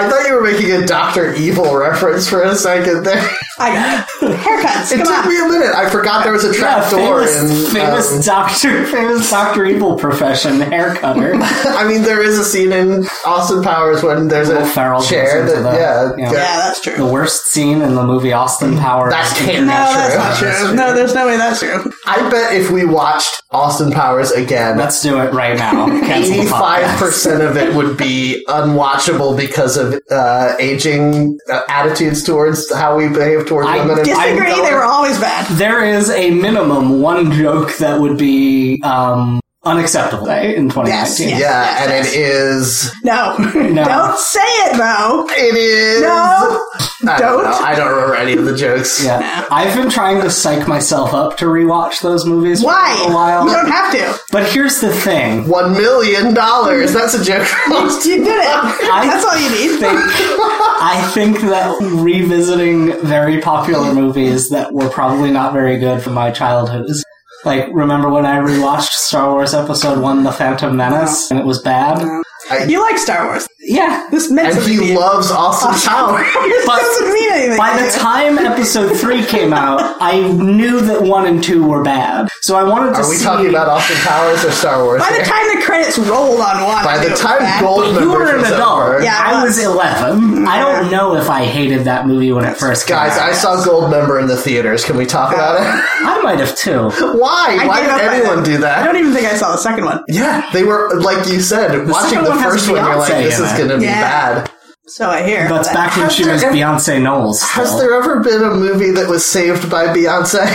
Speaker 1: thought you were making a Doctor Evil reference for a second there.
Speaker 3: I got it. Haircuts.
Speaker 1: It
Speaker 3: come
Speaker 1: took
Speaker 3: on.
Speaker 1: me a minute. I forgot there was a
Speaker 2: Yeah,
Speaker 1: trap door.
Speaker 2: famous,
Speaker 1: in,
Speaker 2: famous
Speaker 1: um,
Speaker 2: doctor, famous Doctor Evil profession, hair cutter.
Speaker 1: I mean, there is a scene in Austin Powers when there's a
Speaker 2: Will Ferrell goes
Speaker 1: chair
Speaker 2: into
Speaker 1: that, yeah,
Speaker 2: the- yeah.
Speaker 3: yeah, that's true.
Speaker 2: the worst scene in the movie Austin Powers.
Speaker 1: Mm, That's
Speaker 3: no,
Speaker 1: canon.
Speaker 3: that's
Speaker 1: true.
Speaker 3: not true. No, there's no way that's true.
Speaker 1: I bet if we watched Austin Powers again,
Speaker 2: Let's do it right now. Cancel the
Speaker 1: Eighty-five
Speaker 2: podcast.
Speaker 1: percent of it would be unwatchable because of uh, aging uh, attitudes towards how we behave towards
Speaker 2: I
Speaker 1: women. and
Speaker 3: Disagree.
Speaker 1: people.
Speaker 3: They were always bad.
Speaker 2: There is a minimum one joke that would be um, unacceptable day in 2019.
Speaker 1: Yeah,
Speaker 3: Yes,
Speaker 1: and it is.
Speaker 3: No.
Speaker 2: No.
Speaker 3: Don't say it though.
Speaker 1: It is.
Speaker 3: No.
Speaker 1: I
Speaker 3: Don't.
Speaker 1: don't. know. I don't remember any of the jokes.
Speaker 2: Yeah. I've been trying to psych myself up to rewatch those movies
Speaker 3: Why?
Speaker 2: for a while.
Speaker 3: You don't have to.
Speaker 2: But here's the thing.
Speaker 1: One million dollars. That's a joke.
Speaker 3: You did it. That's all you need.
Speaker 2: Think- I think that revisiting very popular movies that were probably not very good from my childhood is like remember when I rewatched Star Wars Episode One: The Phantom Menace and it was bad.
Speaker 3: You like Star Wars.
Speaker 2: Yeah.
Speaker 3: This meant
Speaker 1: and
Speaker 3: something to
Speaker 1: he
Speaker 3: you.
Speaker 1: loves Austin Powers.
Speaker 3: this
Speaker 2: But
Speaker 3: doesn't mean anything.
Speaker 2: By the
Speaker 3: to you.
Speaker 2: time Episode Three came out, I knew that one and two were bad. So I wanted to
Speaker 1: Are we
Speaker 2: see.
Speaker 1: talking about Austin Powers or Star Wars?
Speaker 3: By the time the credits rolled on one.
Speaker 1: By the
Speaker 3: it was
Speaker 1: time
Speaker 3: bad.
Speaker 1: Gold-
Speaker 2: you were an
Speaker 1: Members
Speaker 2: adult.
Speaker 1: over.
Speaker 3: Yeah, I
Speaker 2: I was
Speaker 3: was.
Speaker 2: 11. I don't know if I hated that movie when it first came
Speaker 1: Guys,
Speaker 2: out.
Speaker 1: I saw Goldmember in the theaters. Can we talk about it?
Speaker 2: I might have too.
Speaker 1: Why?
Speaker 3: Uh, I
Speaker 1: Why
Speaker 3: gave
Speaker 1: did
Speaker 3: up on
Speaker 1: anyone
Speaker 3: it.
Speaker 1: do
Speaker 3: I
Speaker 1: that?
Speaker 3: don't even think I saw the second one.
Speaker 1: Yeah, they were like you said. watching
Speaker 2: second
Speaker 1: the
Speaker 2: one has
Speaker 1: first one, you're like,
Speaker 2: Beyonce
Speaker 1: "This
Speaker 2: in
Speaker 1: is
Speaker 2: it.
Speaker 1: going to be
Speaker 3: Yeah.
Speaker 1: bad."
Speaker 3: So I hear.
Speaker 2: That's
Speaker 3: but-
Speaker 2: back when she was
Speaker 1: there-
Speaker 2: Beyonce Knowles.
Speaker 1: Has
Speaker 2: still.
Speaker 1: there ever been a movie that was saved by Beyonce?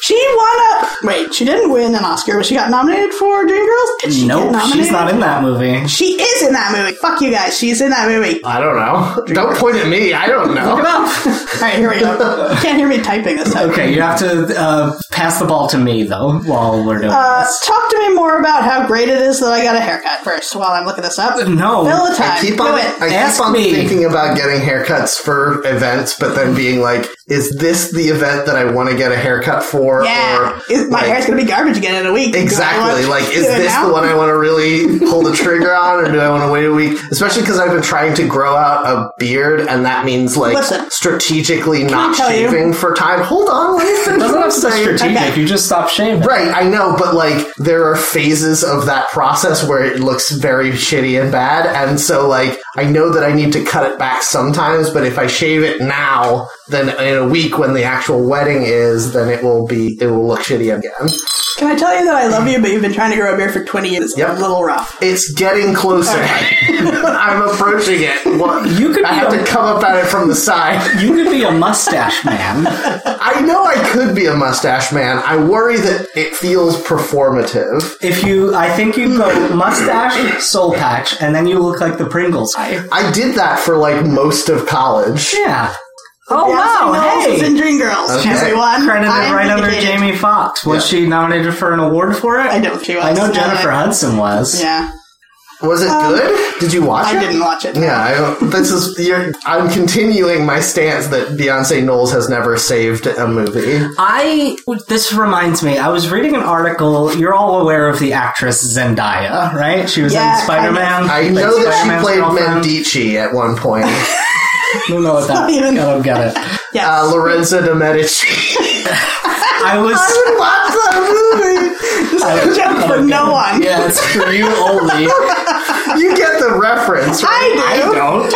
Speaker 3: She won a. Wait, she didn't win an Oscar, but she got nominated for Dreamgirls. Did she get
Speaker 2: Nope,
Speaker 3: nominated?
Speaker 2: she's not in that movie.
Speaker 3: She is in that movie. Fuck you guys. She's in that movie.
Speaker 1: I don't know. Don't point at me. I don't know.
Speaker 3: Oh, All right, here we go. You can't hear me typing this time.
Speaker 2: Okay, you have to uh, pass the ball to me though while we're doing
Speaker 3: Uh, talk to me more about how great it is that I got a haircut first while I'm looking this up.
Speaker 2: this. Uh, No,
Speaker 3: Fill the time.
Speaker 1: Oh, Keep
Speaker 3: Do
Speaker 1: on.
Speaker 3: it.
Speaker 1: I
Speaker 2: Ask
Speaker 1: keep on
Speaker 2: me.
Speaker 1: thinking about getting haircuts for events, but then being like, "Is this the event that I want to get a haircut for?"
Speaker 3: yeah.
Speaker 1: Or
Speaker 3: Is- my
Speaker 1: like,
Speaker 3: hair's going to be garbage again in a week. Do I
Speaker 1: Exactly.
Speaker 3: want-
Speaker 1: Like, is
Speaker 3: do it
Speaker 1: this
Speaker 3: now?
Speaker 1: the one I want to really pull the trigger on, or do I want to wait a week? Especially because I've been trying to grow out a beard, and that means like
Speaker 3: Listen.
Speaker 1: strategically not
Speaker 3: tell you?
Speaker 1: shaving for time. Hold on, let me finish.
Speaker 2: it doesn't
Speaker 1: what
Speaker 2: have
Speaker 1: I'm
Speaker 2: to be
Speaker 1: saying.
Speaker 2: strategic.
Speaker 3: Okay.
Speaker 2: You just stop shaving.
Speaker 1: Right, I know, but like there are phases of that process where it looks very shitty and bad, and so like I know that I need to cut it back sometimes, but if I shave it now, then in a week when the actual wedding is, then it will be it will look shitty again.
Speaker 3: Can I tell you that I love you, but you've been trying to grow a beard for 20 years? It's
Speaker 1: Yep.
Speaker 3: a little rough.
Speaker 1: It's getting closer. I'm approaching it. What,
Speaker 2: You could
Speaker 1: I
Speaker 2: be
Speaker 1: have
Speaker 2: a-
Speaker 1: to come up at it from the side.
Speaker 2: You could be a mustache man.
Speaker 1: I know I could be a mustache man. I worry that it feels performative.
Speaker 2: If you, I think you go mustache, soul patch, and then you look like the Pringles guy.
Speaker 1: I did that for like most of college.
Speaker 2: Yeah. Oh
Speaker 3: Knowles is in Dreamgirls.
Speaker 1: Okay.
Speaker 3: Everyone.
Speaker 2: credited
Speaker 3: I'm
Speaker 2: right under
Speaker 3: vindicated.
Speaker 2: Jamie Foxx. Was she nominated for an award for it?
Speaker 3: I don't know if she was.
Speaker 2: I know
Speaker 3: No,
Speaker 2: Jennifer
Speaker 3: I-
Speaker 2: Hudson was.
Speaker 3: Yeah.
Speaker 1: Was it
Speaker 2: Um,
Speaker 1: good? Did you watch
Speaker 3: I
Speaker 1: it?
Speaker 3: didn't watch it.
Speaker 1: Yeah, I don't, this is. You're, I'm continuing my stance that Beyonce Knowles has never saved a movie.
Speaker 2: I this reminds me. I was reading an article. You're all aware of the actress Zendaya, right? She was
Speaker 3: Yeah,
Speaker 2: in Spider Man.
Speaker 1: I know that she played Mendici at one point.
Speaker 2: I don't know what that.
Speaker 3: even-
Speaker 2: I don't get it.
Speaker 3: Yes.
Speaker 1: Uh, Lorenzo de Medici.
Speaker 2: I was.
Speaker 1: I watch that movie.
Speaker 3: this is a joke for no one.
Speaker 2: Yeah, it's for you only.
Speaker 1: You get the reference. Right?
Speaker 3: I do.
Speaker 2: don't.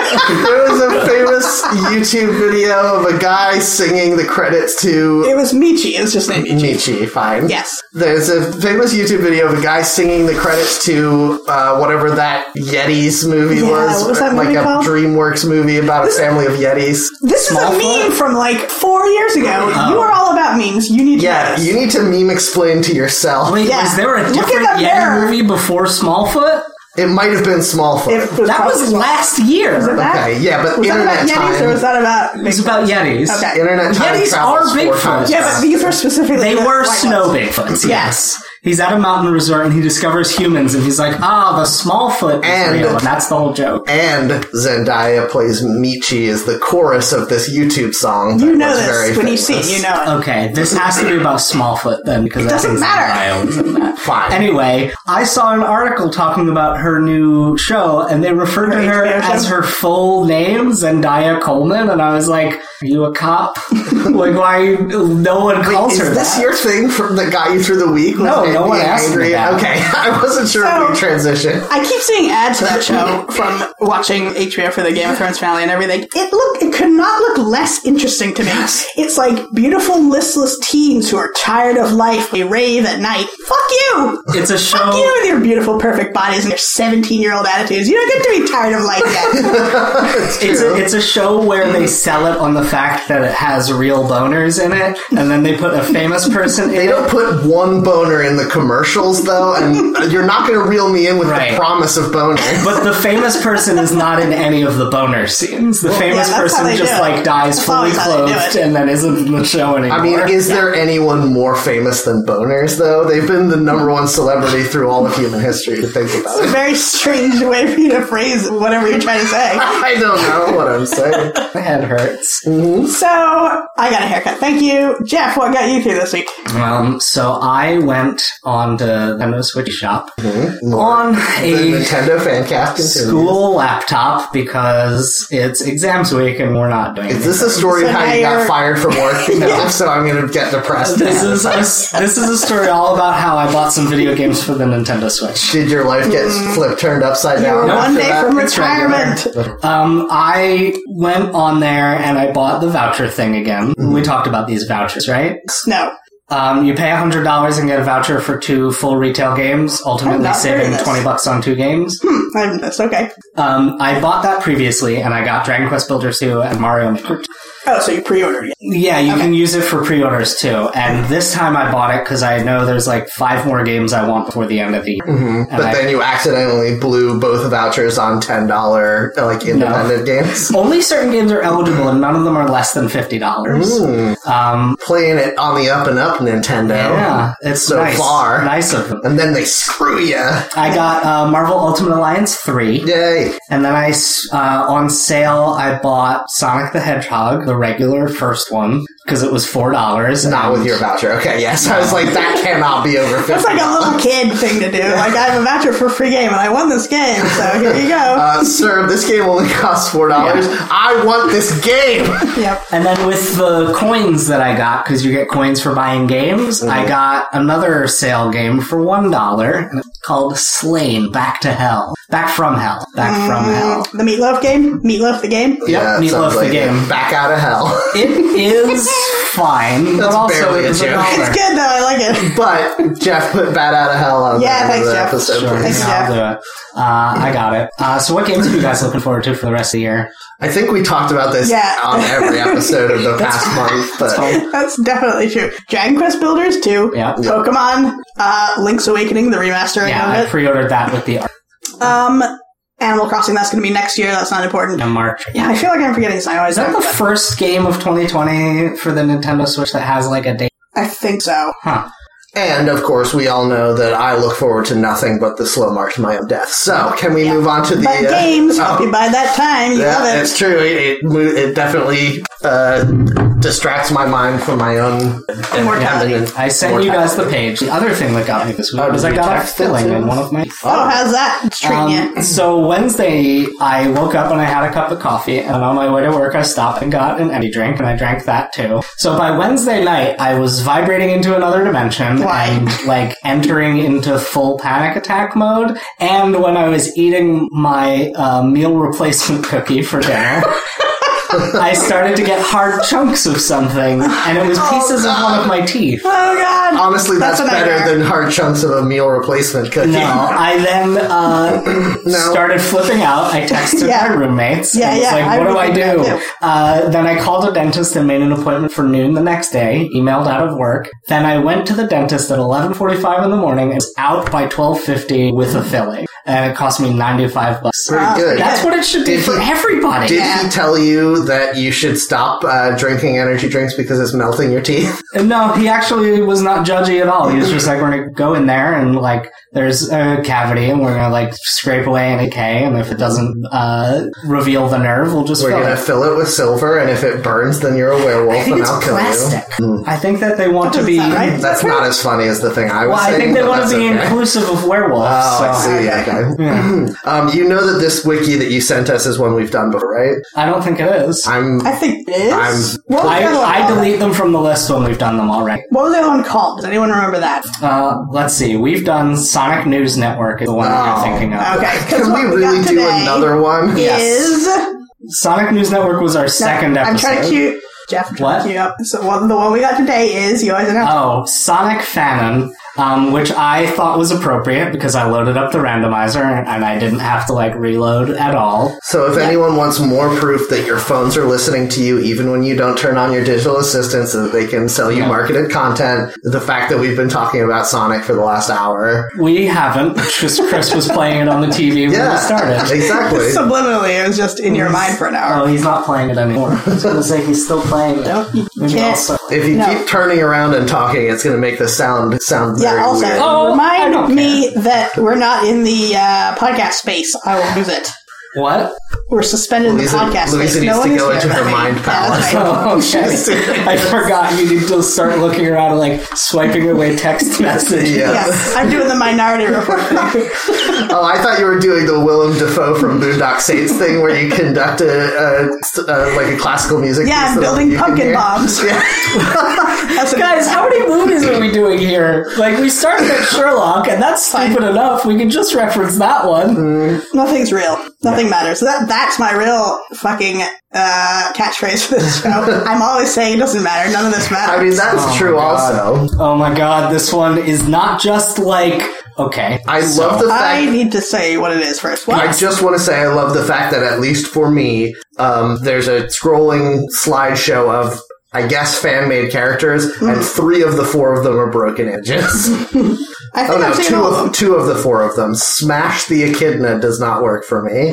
Speaker 1: There was a famous YouTube video of a guy singing the credits to
Speaker 3: It was Michi. It was just named Michi.
Speaker 1: Nietzsche. Fine.
Speaker 3: Yes.
Speaker 1: There's a famous YouTube video of a guy singing the credits to uh, whatever that Yetis movie
Speaker 3: Yeah,
Speaker 1: was,
Speaker 3: what was that
Speaker 1: like
Speaker 3: movie
Speaker 1: a
Speaker 3: called?
Speaker 1: DreamWorks movie about a family of Yetis.
Speaker 3: This is a
Speaker 2: Smallfoot?
Speaker 3: meme from like four years ago. You are all about memes. You need to know
Speaker 1: Uh-huh. Yeah,
Speaker 3: this.
Speaker 1: you need to meme explain to yourself.
Speaker 2: Wait,
Speaker 3: Yeah.
Speaker 2: was there a
Speaker 3: Look at
Speaker 2: different
Speaker 3: the mirror.
Speaker 2: Yeti movie before Smallfoot?
Speaker 1: It might have been Smallfoot.
Speaker 3: If it was
Speaker 2: That was
Speaker 3: possible.
Speaker 2: last year.
Speaker 3: Was it
Speaker 2: It
Speaker 3: that?
Speaker 1: okay, yeah, but
Speaker 3: Was that
Speaker 1: internet
Speaker 3: about
Speaker 1: time.
Speaker 3: Yetis or was that about
Speaker 2: was about Yetis.
Speaker 3: Okay.
Speaker 1: internet time
Speaker 2: Yetis
Speaker 1: travels
Speaker 2: are
Speaker 1: four
Speaker 2: Bigfoot.
Speaker 1: times
Speaker 3: Yeah,
Speaker 1: faster.
Speaker 3: but these were specifically
Speaker 2: They
Speaker 3: the
Speaker 2: were
Speaker 3: white ones.
Speaker 2: snow Bigfoots. Yes. He's at a mountain resort and he discovers humans and he's like, ah, the Smallfoot is
Speaker 1: And-
Speaker 2: real. And that's the whole joke.
Speaker 1: and Zendaya plays Michi as the chorus of this YouTube song.
Speaker 3: You
Speaker 1: that
Speaker 3: know
Speaker 1: was very
Speaker 3: this when you see it.
Speaker 1: famous. Uh-huh.
Speaker 3: You know it.
Speaker 2: Okay, this has to be about Smallfoot then, because it
Speaker 3: doesn't matter.
Speaker 1: Fine.
Speaker 2: Anyway, I saw an article talking about her new show, and they referred to her
Speaker 3: HBO show?
Speaker 2: as her full name, Zendaya Coleman, and I was like, "Are you a cop? like, why no one calls
Speaker 1: is
Speaker 2: her
Speaker 1: this
Speaker 2: that?"
Speaker 1: your thing from that got you through the week? Was
Speaker 2: No,
Speaker 1: it
Speaker 2: no one
Speaker 1: being
Speaker 2: asked me
Speaker 1: angry?
Speaker 2: that.
Speaker 1: Okay, I wasn't sure
Speaker 3: So-
Speaker 1: if we transition.
Speaker 3: I keep seeing ads to that show from watching HBO for the Game of Thrones finale and everything. It look it could not look less interesting to me. It's like beautiful listless teens who are tired of life. They rave at night. Fuck you. you!
Speaker 2: It's a show.
Speaker 3: You with your beautiful, perfect bodies and your 17 year old attitudes. You don't get to be tired of life yet.
Speaker 2: It's a, it's a show where
Speaker 3: Mm-hmm.
Speaker 2: they sell it on the fact that it has real boners in it, and then they put a famous person
Speaker 1: They
Speaker 2: in it.
Speaker 1: don't put one boner in the commercials, though, and you're not going to reel me in with
Speaker 2: Right.
Speaker 1: the promise of boner.
Speaker 2: But the famous person is not in any of the boner scenes. The famous
Speaker 3: that's how
Speaker 2: person
Speaker 3: they do
Speaker 2: just
Speaker 3: it.
Speaker 2: like dies
Speaker 3: That's
Speaker 2: fully
Speaker 3: always how they do
Speaker 2: clothed
Speaker 3: it.
Speaker 2: and then isn't in the show anymore.
Speaker 1: I mean, is there anyone more famous than boners, though? They've been the number one celebrity through all of human history, to think about it.
Speaker 3: Very strange way for you to phrase whatever you're trying to say.
Speaker 1: I don't know what I'm saying.
Speaker 2: my head hurts.
Speaker 3: So, I got a haircut. Thank you. Jeff, what got you through this week?
Speaker 2: Um, so I went on to Nintendo Switch shop
Speaker 1: More.
Speaker 2: on
Speaker 1: The
Speaker 2: a
Speaker 1: Nintendo fan cast continues.
Speaker 2: school laptop because it's exams week and we're not doing
Speaker 1: Is
Speaker 2: it.
Speaker 1: this a story
Speaker 3: So
Speaker 1: of how
Speaker 3: now
Speaker 1: you got
Speaker 3: you're-
Speaker 1: fired from work? Because if so, I'm going to get depressed.
Speaker 2: This is a, this is a story all about how I bought some video games for the Nintendo Switch.
Speaker 1: Did your life get flipped, turned upside
Speaker 3: You were
Speaker 1: down?
Speaker 3: one
Speaker 1: after
Speaker 3: day
Speaker 1: that?
Speaker 3: from
Speaker 2: it's regular.
Speaker 3: retirement.
Speaker 2: Um, I went on there and I bought the voucher thing again.
Speaker 3: Mm-hmm.
Speaker 2: We talked about these vouchers, right?
Speaker 3: No.
Speaker 2: Um, you pay hundred dollars and get a voucher for two full retail games,
Speaker 3: I'm
Speaker 2: ultimately
Speaker 3: not
Speaker 2: saving
Speaker 3: doing this.
Speaker 2: twenty bucks on two games.
Speaker 3: Hmm, I haven't missed. Okay.
Speaker 2: Um, I bought that previously, and I got Dragon Quest Builder two and Mario. Maker 2.
Speaker 3: Oh, so you pre-ordered it.
Speaker 2: Yeah, you can use it for pre-orders too. And this time I bought it because I know there's like five more games I want before the end of the year.
Speaker 3: Mm-hmm.
Speaker 2: And
Speaker 1: Mm. But
Speaker 2: I-
Speaker 1: then you accidentally blew both vouchers on ten dollar like independent games.
Speaker 2: only certain games are eligible, and none of them are less than fifty dollars.
Speaker 1: Hmm.
Speaker 2: Um,
Speaker 1: Playing it on the up and up, Nintendo.
Speaker 2: yeah, it's
Speaker 1: Oh. So
Speaker 2: nice.
Speaker 1: far.
Speaker 2: nice of them.
Speaker 1: And then they screw you.
Speaker 2: I got uh, Marvel Ultimate Alliance three.
Speaker 1: Yay!
Speaker 2: And then I, s- uh, on sale, I bought Sonic the Hedgehog, the regular first one, because it was $4.
Speaker 1: Not
Speaker 2: and-
Speaker 1: with your voucher. Okay, yes. I was like, that cannot be over
Speaker 3: That's
Speaker 1: 50.
Speaker 3: like a little kid thing to do. Like, I have a voucher for a free game, and I won this game, so here you go.
Speaker 1: Uh, sir, this game only costs $4. I want this game!
Speaker 3: Yep.
Speaker 2: And then with the coins that I got, because you get coins for buying games, I
Speaker 1: Mm-hmm.
Speaker 2: got another sale game for $1 and it's called Slain Back to Hell. Back from Hell. Back from
Speaker 1: Mm.
Speaker 2: Hell.
Speaker 3: Mm, The Meatloaf game? Meatloaf the game?
Speaker 1: Yeah,
Speaker 2: Meatloaf
Speaker 1: sounds
Speaker 2: the
Speaker 1: like it.
Speaker 2: game.
Speaker 1: Back out of hell.
Speaker 2: It is fine, but
Speaker 1: That's
Speaker 2: also
Speaker 1: barely
Speaker 2: it
Speaker 1: a
Speaker 2: is a
Speaker 1: joke.
Speaker 3: It's
Speaker 2: dollar.
Speaker 3: good, though. I like it.
Speaker 1: But Jeff put Bat Out of Hell on
Speaker 3: Yeah,
Speaker 1: the end
Speaker 3: thanks,
Speaker 1: of the
Speaker 3: Jeff.
Speaker 1: episode.
Speaker 2: Sure,
Speaker 1: please.
Speaker 3: Thanks,
Speaker 2: yeah, I'll do it. Uh, I got it. Uh, so what games are you guys looking forward to for the rest of the year?
Speaker 1: I think we talked about this
Speaker 3: Yeah.
Speaker 1: on every episode of the past month, but
Speaker 3: That's definitely true. Dragon Quest Builders 2.
Speaker 2: Yeah.
Speaker 3: Pokemon. Uh, Link's Awakening, the remastering
Speaker 2: Yeah, I
Speaker 3: of it.
Speaker 2: pre-ordered that with the art
Speaker 3: um, Animal Crossing, that's going to be next year. That's not important.
Speaker 2: in March.
Speaker 3: Yeah, I feel like I'm forgetting something. I always
Speaker 2: Is that
Speaker 3: do,
Speaker 2: the
Speaker 3: but
Speaker 2: first game of 2020 for the Nintendo Switch that has like a date?
Speaker 3: I think so.
Speaker 2: Huh.
Speaker 1: and of course we all know that I look forward to nothing but the slow march to my own death. So can we move on to the
Speaker 3: But
Speaker 1: uh,
Speaker 3: games,
Speaker 1: oh.
Speaker 3: help you by that time. You
Speaker 1: Yeah,
Speaker 3: love it.
Speaker 1: it's true. It it, mo- it definitely uh, distracts my mind from my own
Speaker 3: Immortality.
Speaker 1: and-
Speaker 2: I sent you guys the page. The other thing that got me this week
Speaker 1: Oh,
Speaker 2: was
Speaker 1: did
Speaker 2: I
Speaker 1: you
Speaker 2: got a
Speaker 1: text it to
Speaker 2: filling in
Speaker 1: us?
Speaker 2: one of my.
Speaker 3: Oh, how's that? It's treating you.
Speaker 2: Um, so Wednesday, I woke up and I had a cup of coffee, and on my way to work, I stopped and got an empty drink, and I drank that too. So by Wednesday night, I was vibrating into another dimension
Speaker 3: Why?
Speaker 2: and like entering into full panic attack mode. And when I was eating my uh, meal replacement cookie for dinner. I started to get hard chunks of something, and it was pieces of one of my teeth.
Speaker 3: Oh god!
Speaker 1: Honestly, that's,
Speaker 3: That's a
Speaker 1: better
Speaker 3: nightmare.
Speaker 1: than hard chunks of a meal replacement cookie.
Speaker 2: No, I then uh, started flipping out. I texted
Speaker 3: Yeah.
Speaker 2: my roommates.
Speaker 3: Yeah,
Speaker 2: and was
Speaker 3: yeah,
Speaker 2: Like,
Speaker 3: I
Speaker 2: what do I
Speaker 3: would do that
Speaker 2: do?
Speaker 3: too.
Speaker 2: Uh, then I called a dentist and made an appointment for noon the next day. Emailed out of work. Then I went to the dentist at eleven forty-five in the morning and was out by twelve fifty with a filling, and it cost me ninety-five bucks.
Speaker 1: Pretty
Speaker 3: Ah. Oh,
Speaker 1: good.
Speaker 2: That's what it should be
Speaker 1: Did
Speaker 2: for
Speaker 1: he-
Speaker 2: everybody.
Speaker 1: Did he tell you that you should stop uh, drinking energy drinks because it's melting your teeth?
Speaker 2: No, he actually was not judgy at all. He was just like, we're gonna go in there and like, there's a cavity and we're gonna like scrape away any K and if it doesn't, uh, reveal the nerve, we'll just
Speaker 1: We're
Speaker 2: fill
Speaker 1: gonna
Speaker 2: it.
Speaker 1: fill it with silver, and if it burns, then you're a werewolf,
Speaker 2: I think
Speaker 1: and
Speaker 2: it's
Speaker 1: I'll kill Hmm.
Speaker 2: plastic. I think that they want to
Speaker 3: That
Speaker 2: be,
Speaker 3: doesn't sound right.
Speaker 1: you. That's not as funny as the thing I was
Speaker 2: well, I
Speaker 1: saying.
Speaker 2: think they
Speaker 1: but
Speaker 2: want to
Speaker 1: that's
Speaker 2: be
Speaker 1: okay.
Speaker 2: inclusive of werewolves.
Speaker 1: Oh, I
Speaker 2: so
Speaker 1: see.
Speaker 3: Okay.
Speaker 1: Okay.
Speaker 2: Yeah.
Speaker 1: Um, you know that this wiki that you sent us is one we've done before, right?
Speaker 2: I don't think it is.
Speaker 1: I'm
Speaker 3: I think it is.
Speaker 1: I'm-
Speaker 3: what was the other one
Speaker 2: I, I
Speaker 3: called?
Speaker 2: delete them from the list when we've done them already.
Speaker 3: What was the other one called? Does anyone remember that?
Speaker 2: Uh, let's see. We've done Sonic News Network is the one that
Speaker 1: Oh.
Speaker 2: you're thinking of.
Speaker 3: Okay,
Speaker 1: Can we really do another one?
Speaker 3: Is
Speaker 2: Sonic News Network was our second episode.
Speaker 3: I'm trying to cue Jeff. I'm trying
Speaker 2: What?
Speaker 3: to cue up. So one, the one we got today is you always announce.
Speaker 2: Oh, Sonic Fanon, um, which I thought was appropriate because I loaded up the randomizer and I didn't have to like reload at all.
Speaker 1: So if anyone wants more proof that your phones are listening to you even when you don't turn on your digital assistant so that they can sell you
Speaker 2: Yeah.
Speaker 1: marketed content, the fact that we've been talking about Sonic for the last hour.
Speaker 2: We haven't. Just Chris was playing it on the TV when
Speaker 1: Yeah.
Speaker 2: we started.
Speaker 1: Exactly.
Speaker 3: Subliminally, it was just in your mind for an hour.
Speaker 2: Oh, he's not playing it anymore. I was gonna say he's still playing it.
Speaker 3: Don't- you
Speaker 2: Maybe
Speaker 3: can't-
Speaker 2: also-
Speaker 1: if you
Speaker 3: No.
Speaker 1: keep turning around and talking, it's going to make the sound sound very
Speaker 3: Yeah, also,
Speaker 1: weird.
Speaker 2: Oh, I don't
Speaker 3: remind me that we're not in the uh, podcast space. I will lose it.
Speaker 2: What?
Speaker 3: We're suspended
Speaker 1: Louisa-
Speaker 3: in the podcast
Speaker 1: Louisa
Speaker 3: space.
Speaker 1: needs to
Speaker 3: no one is
Speaker 1: go
Speaker 3: here
Speaker 1: into her
Speaker 3: about me.
Speaker 1: mind
Speaker 3: Yeah, that's
Speaker 1: palace.
Speaker 3: right.
Speaker 2: Oh, okay. I forgot you need to start looking around and like swiping away text messages.
Speaker 1: Yeah.
Speaker 3: Yeah, I'm doing the minority report.
Speaker 1: Oh, I thought you were doing the Willem Dafoe from Boondock Saints thing where you conduct a, a, a like a classical music.
Speaker 3: Yeah,
Speaker 1: piece
Speaker 3: I'm
Speaker 1: that
Speaker 3: building
Speaker 1: you can
Speaker 3: pumpkin
Speaker 1: hear.
Speaker 3: bombs.
Speaker 1: Yeah.
Speaker 3: That's a-
Speaker 2: Guys, how many movies are we doing here? Like, we started at Sherlock, and that's stupid enough. We can just reference that one.
Speaker 3: Nothing's real. Nothing matters. That that's my real fucking uh, catchphrase for this show. I'm always saying it doesn't matter. None of this
Speaker 1: I
Speaker 3: matters.
Speaker 1: mean that's true. Also,
Speaker 2: Oh my god, this one is not just like, okay.
Speaker 1: I love the fact.
Speaker 3: I need to say what it is first. What?
Speaker 1: I just want to say I love the fact that at least for me, um, there's a scrolling slideshow of I guess fan made characters,
Speaker 3: Mm.
Speaker 1: and three of the four of them are broken images.
Speaker 3: I
Speaker 1: oh
Speaker 3: think
Speaker 1: no,
Speaker 3: I've seen
Speaker 1: two
Speaker 3: all of them.
Speaker 1: of two of the four of them. Smash the Echidna does not work for me,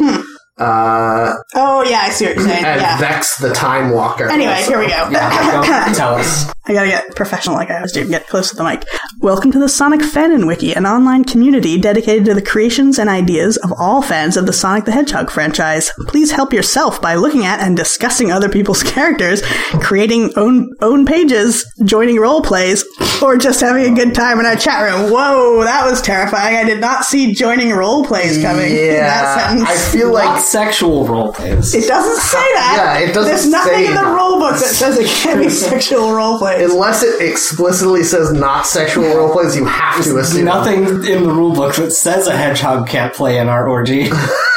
Speaker 1: uh,
Speaker 3: Oh yeah, I see what you're saying.
Speaker 1: and
Speaker 3: Hmm, Yeah.
Speaker 1: Vex the Time Walker.
Speaker 3: Anyway,
Speaker 1: also.
Speaker 3: here we go.
Speaker 2: Yeah, go tell us.
Speaker 3: I gotta get professional like I always do and get close to the mic. Welcome to the Sonic Fanon Wiki, an online community dedicated to the creations and ideas of all fans of the Sonic the Hedgehog franchise. Please help yourself by looking at and discussing other people's characters, creating own own pages, joining role plays, or just having a good time in our chat room. Whoa, that was terrifying. I did not see joining role plays coming. in that
Speaker 1: Yeah,
Speaker 3: sentence.
Speaker 1: I feel
Speaker 2: Not
Speaker 1: like
Speaker 2: sexual role plays.
Speaker 3: it doesn't say that.
Speaker 1: Yeah, it doesn't
Speaker 3: There's nothing
Speaker 1: say
Speaker 3: in the
Speaker 1: that.
Speaker 3: rule book that says it can't be sexual role plays.
Speaker 1: unless it explicitly says not sexual roleplays, you have to assume.
Speaker 2: Nothing in the rulebook that says a hedgehog can't play in our orgy.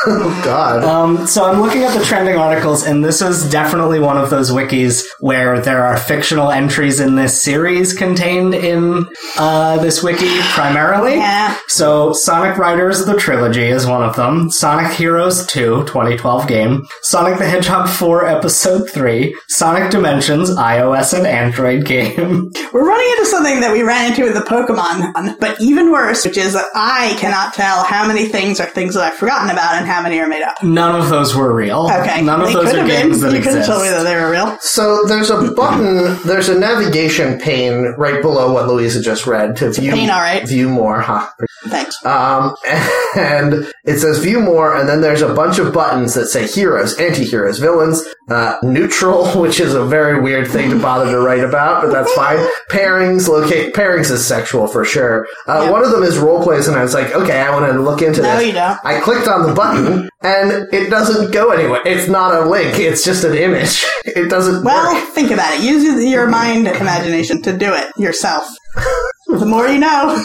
Speaker 1: God.
Speaker 2: Um, so I'm looking at the trending articles, and this is definitely one of those wikis where there are fictional entries in this series contained in uh, this wiki primarily.
Speaker 3: Yeah.
Speaker 2: So Sonic Riders the Trilogy is one of them. Sonic Heroes 2, 2012 game. Sonic the Hedgehog 4 Episode 3. Sonic Dimensions iOS and Android game.
Speaker 3: We're running into something that we ran into with the Pokemon, one, but even worse, which is that I cannot tell how many things are things that I've forgotten about and how many are made up.
Speaker 2: None of those were real.
Speaker 3: Okay,
Speaker 2: Mm-hmm. None of
Speaker 3: they
Speaker 2: those
Speaker 3: could
Speaker 2: are
Speaker 3: have been.
Speaker 2: games that
Speaker 3: you could have
Speaker 2: exist.
Speaker 3: told me that they were real.
Speaker 1: So there's a button, there's a navigation pane right below what Louisa just read to view
Speaker 3: pane, all right.
Speaker 1: view more, huh?
Speaker 3: Thanks.
Speaker 2: Ah,
Speaker 1: Um, and it says view more, and then there's a bunch of buttons that say heroes, anti-heroes, villains, uh, neutral, which is a very weird thing to bother to write about, but that's fine. Pairings, locate pairings is sexual for sure. Uh,
Speaker 3: Yeah.
Speaker 1: One of them is role plays, and I was like, okay, I want to look into
Speaker 3: No,
Speaker 1: this.
Speaker 3: you don't.
Speaker 1: I clicked on the button, and it doesn't go anywhere. It's not a link. It's just an image. It doesn't.
Speaker 3: Well,
Speaker 1: work.
Speaker 3: think about it. Use your
Speaker 2: Mm-hmm.
Speaker 3: mind imagination to do it yourself. The more you know.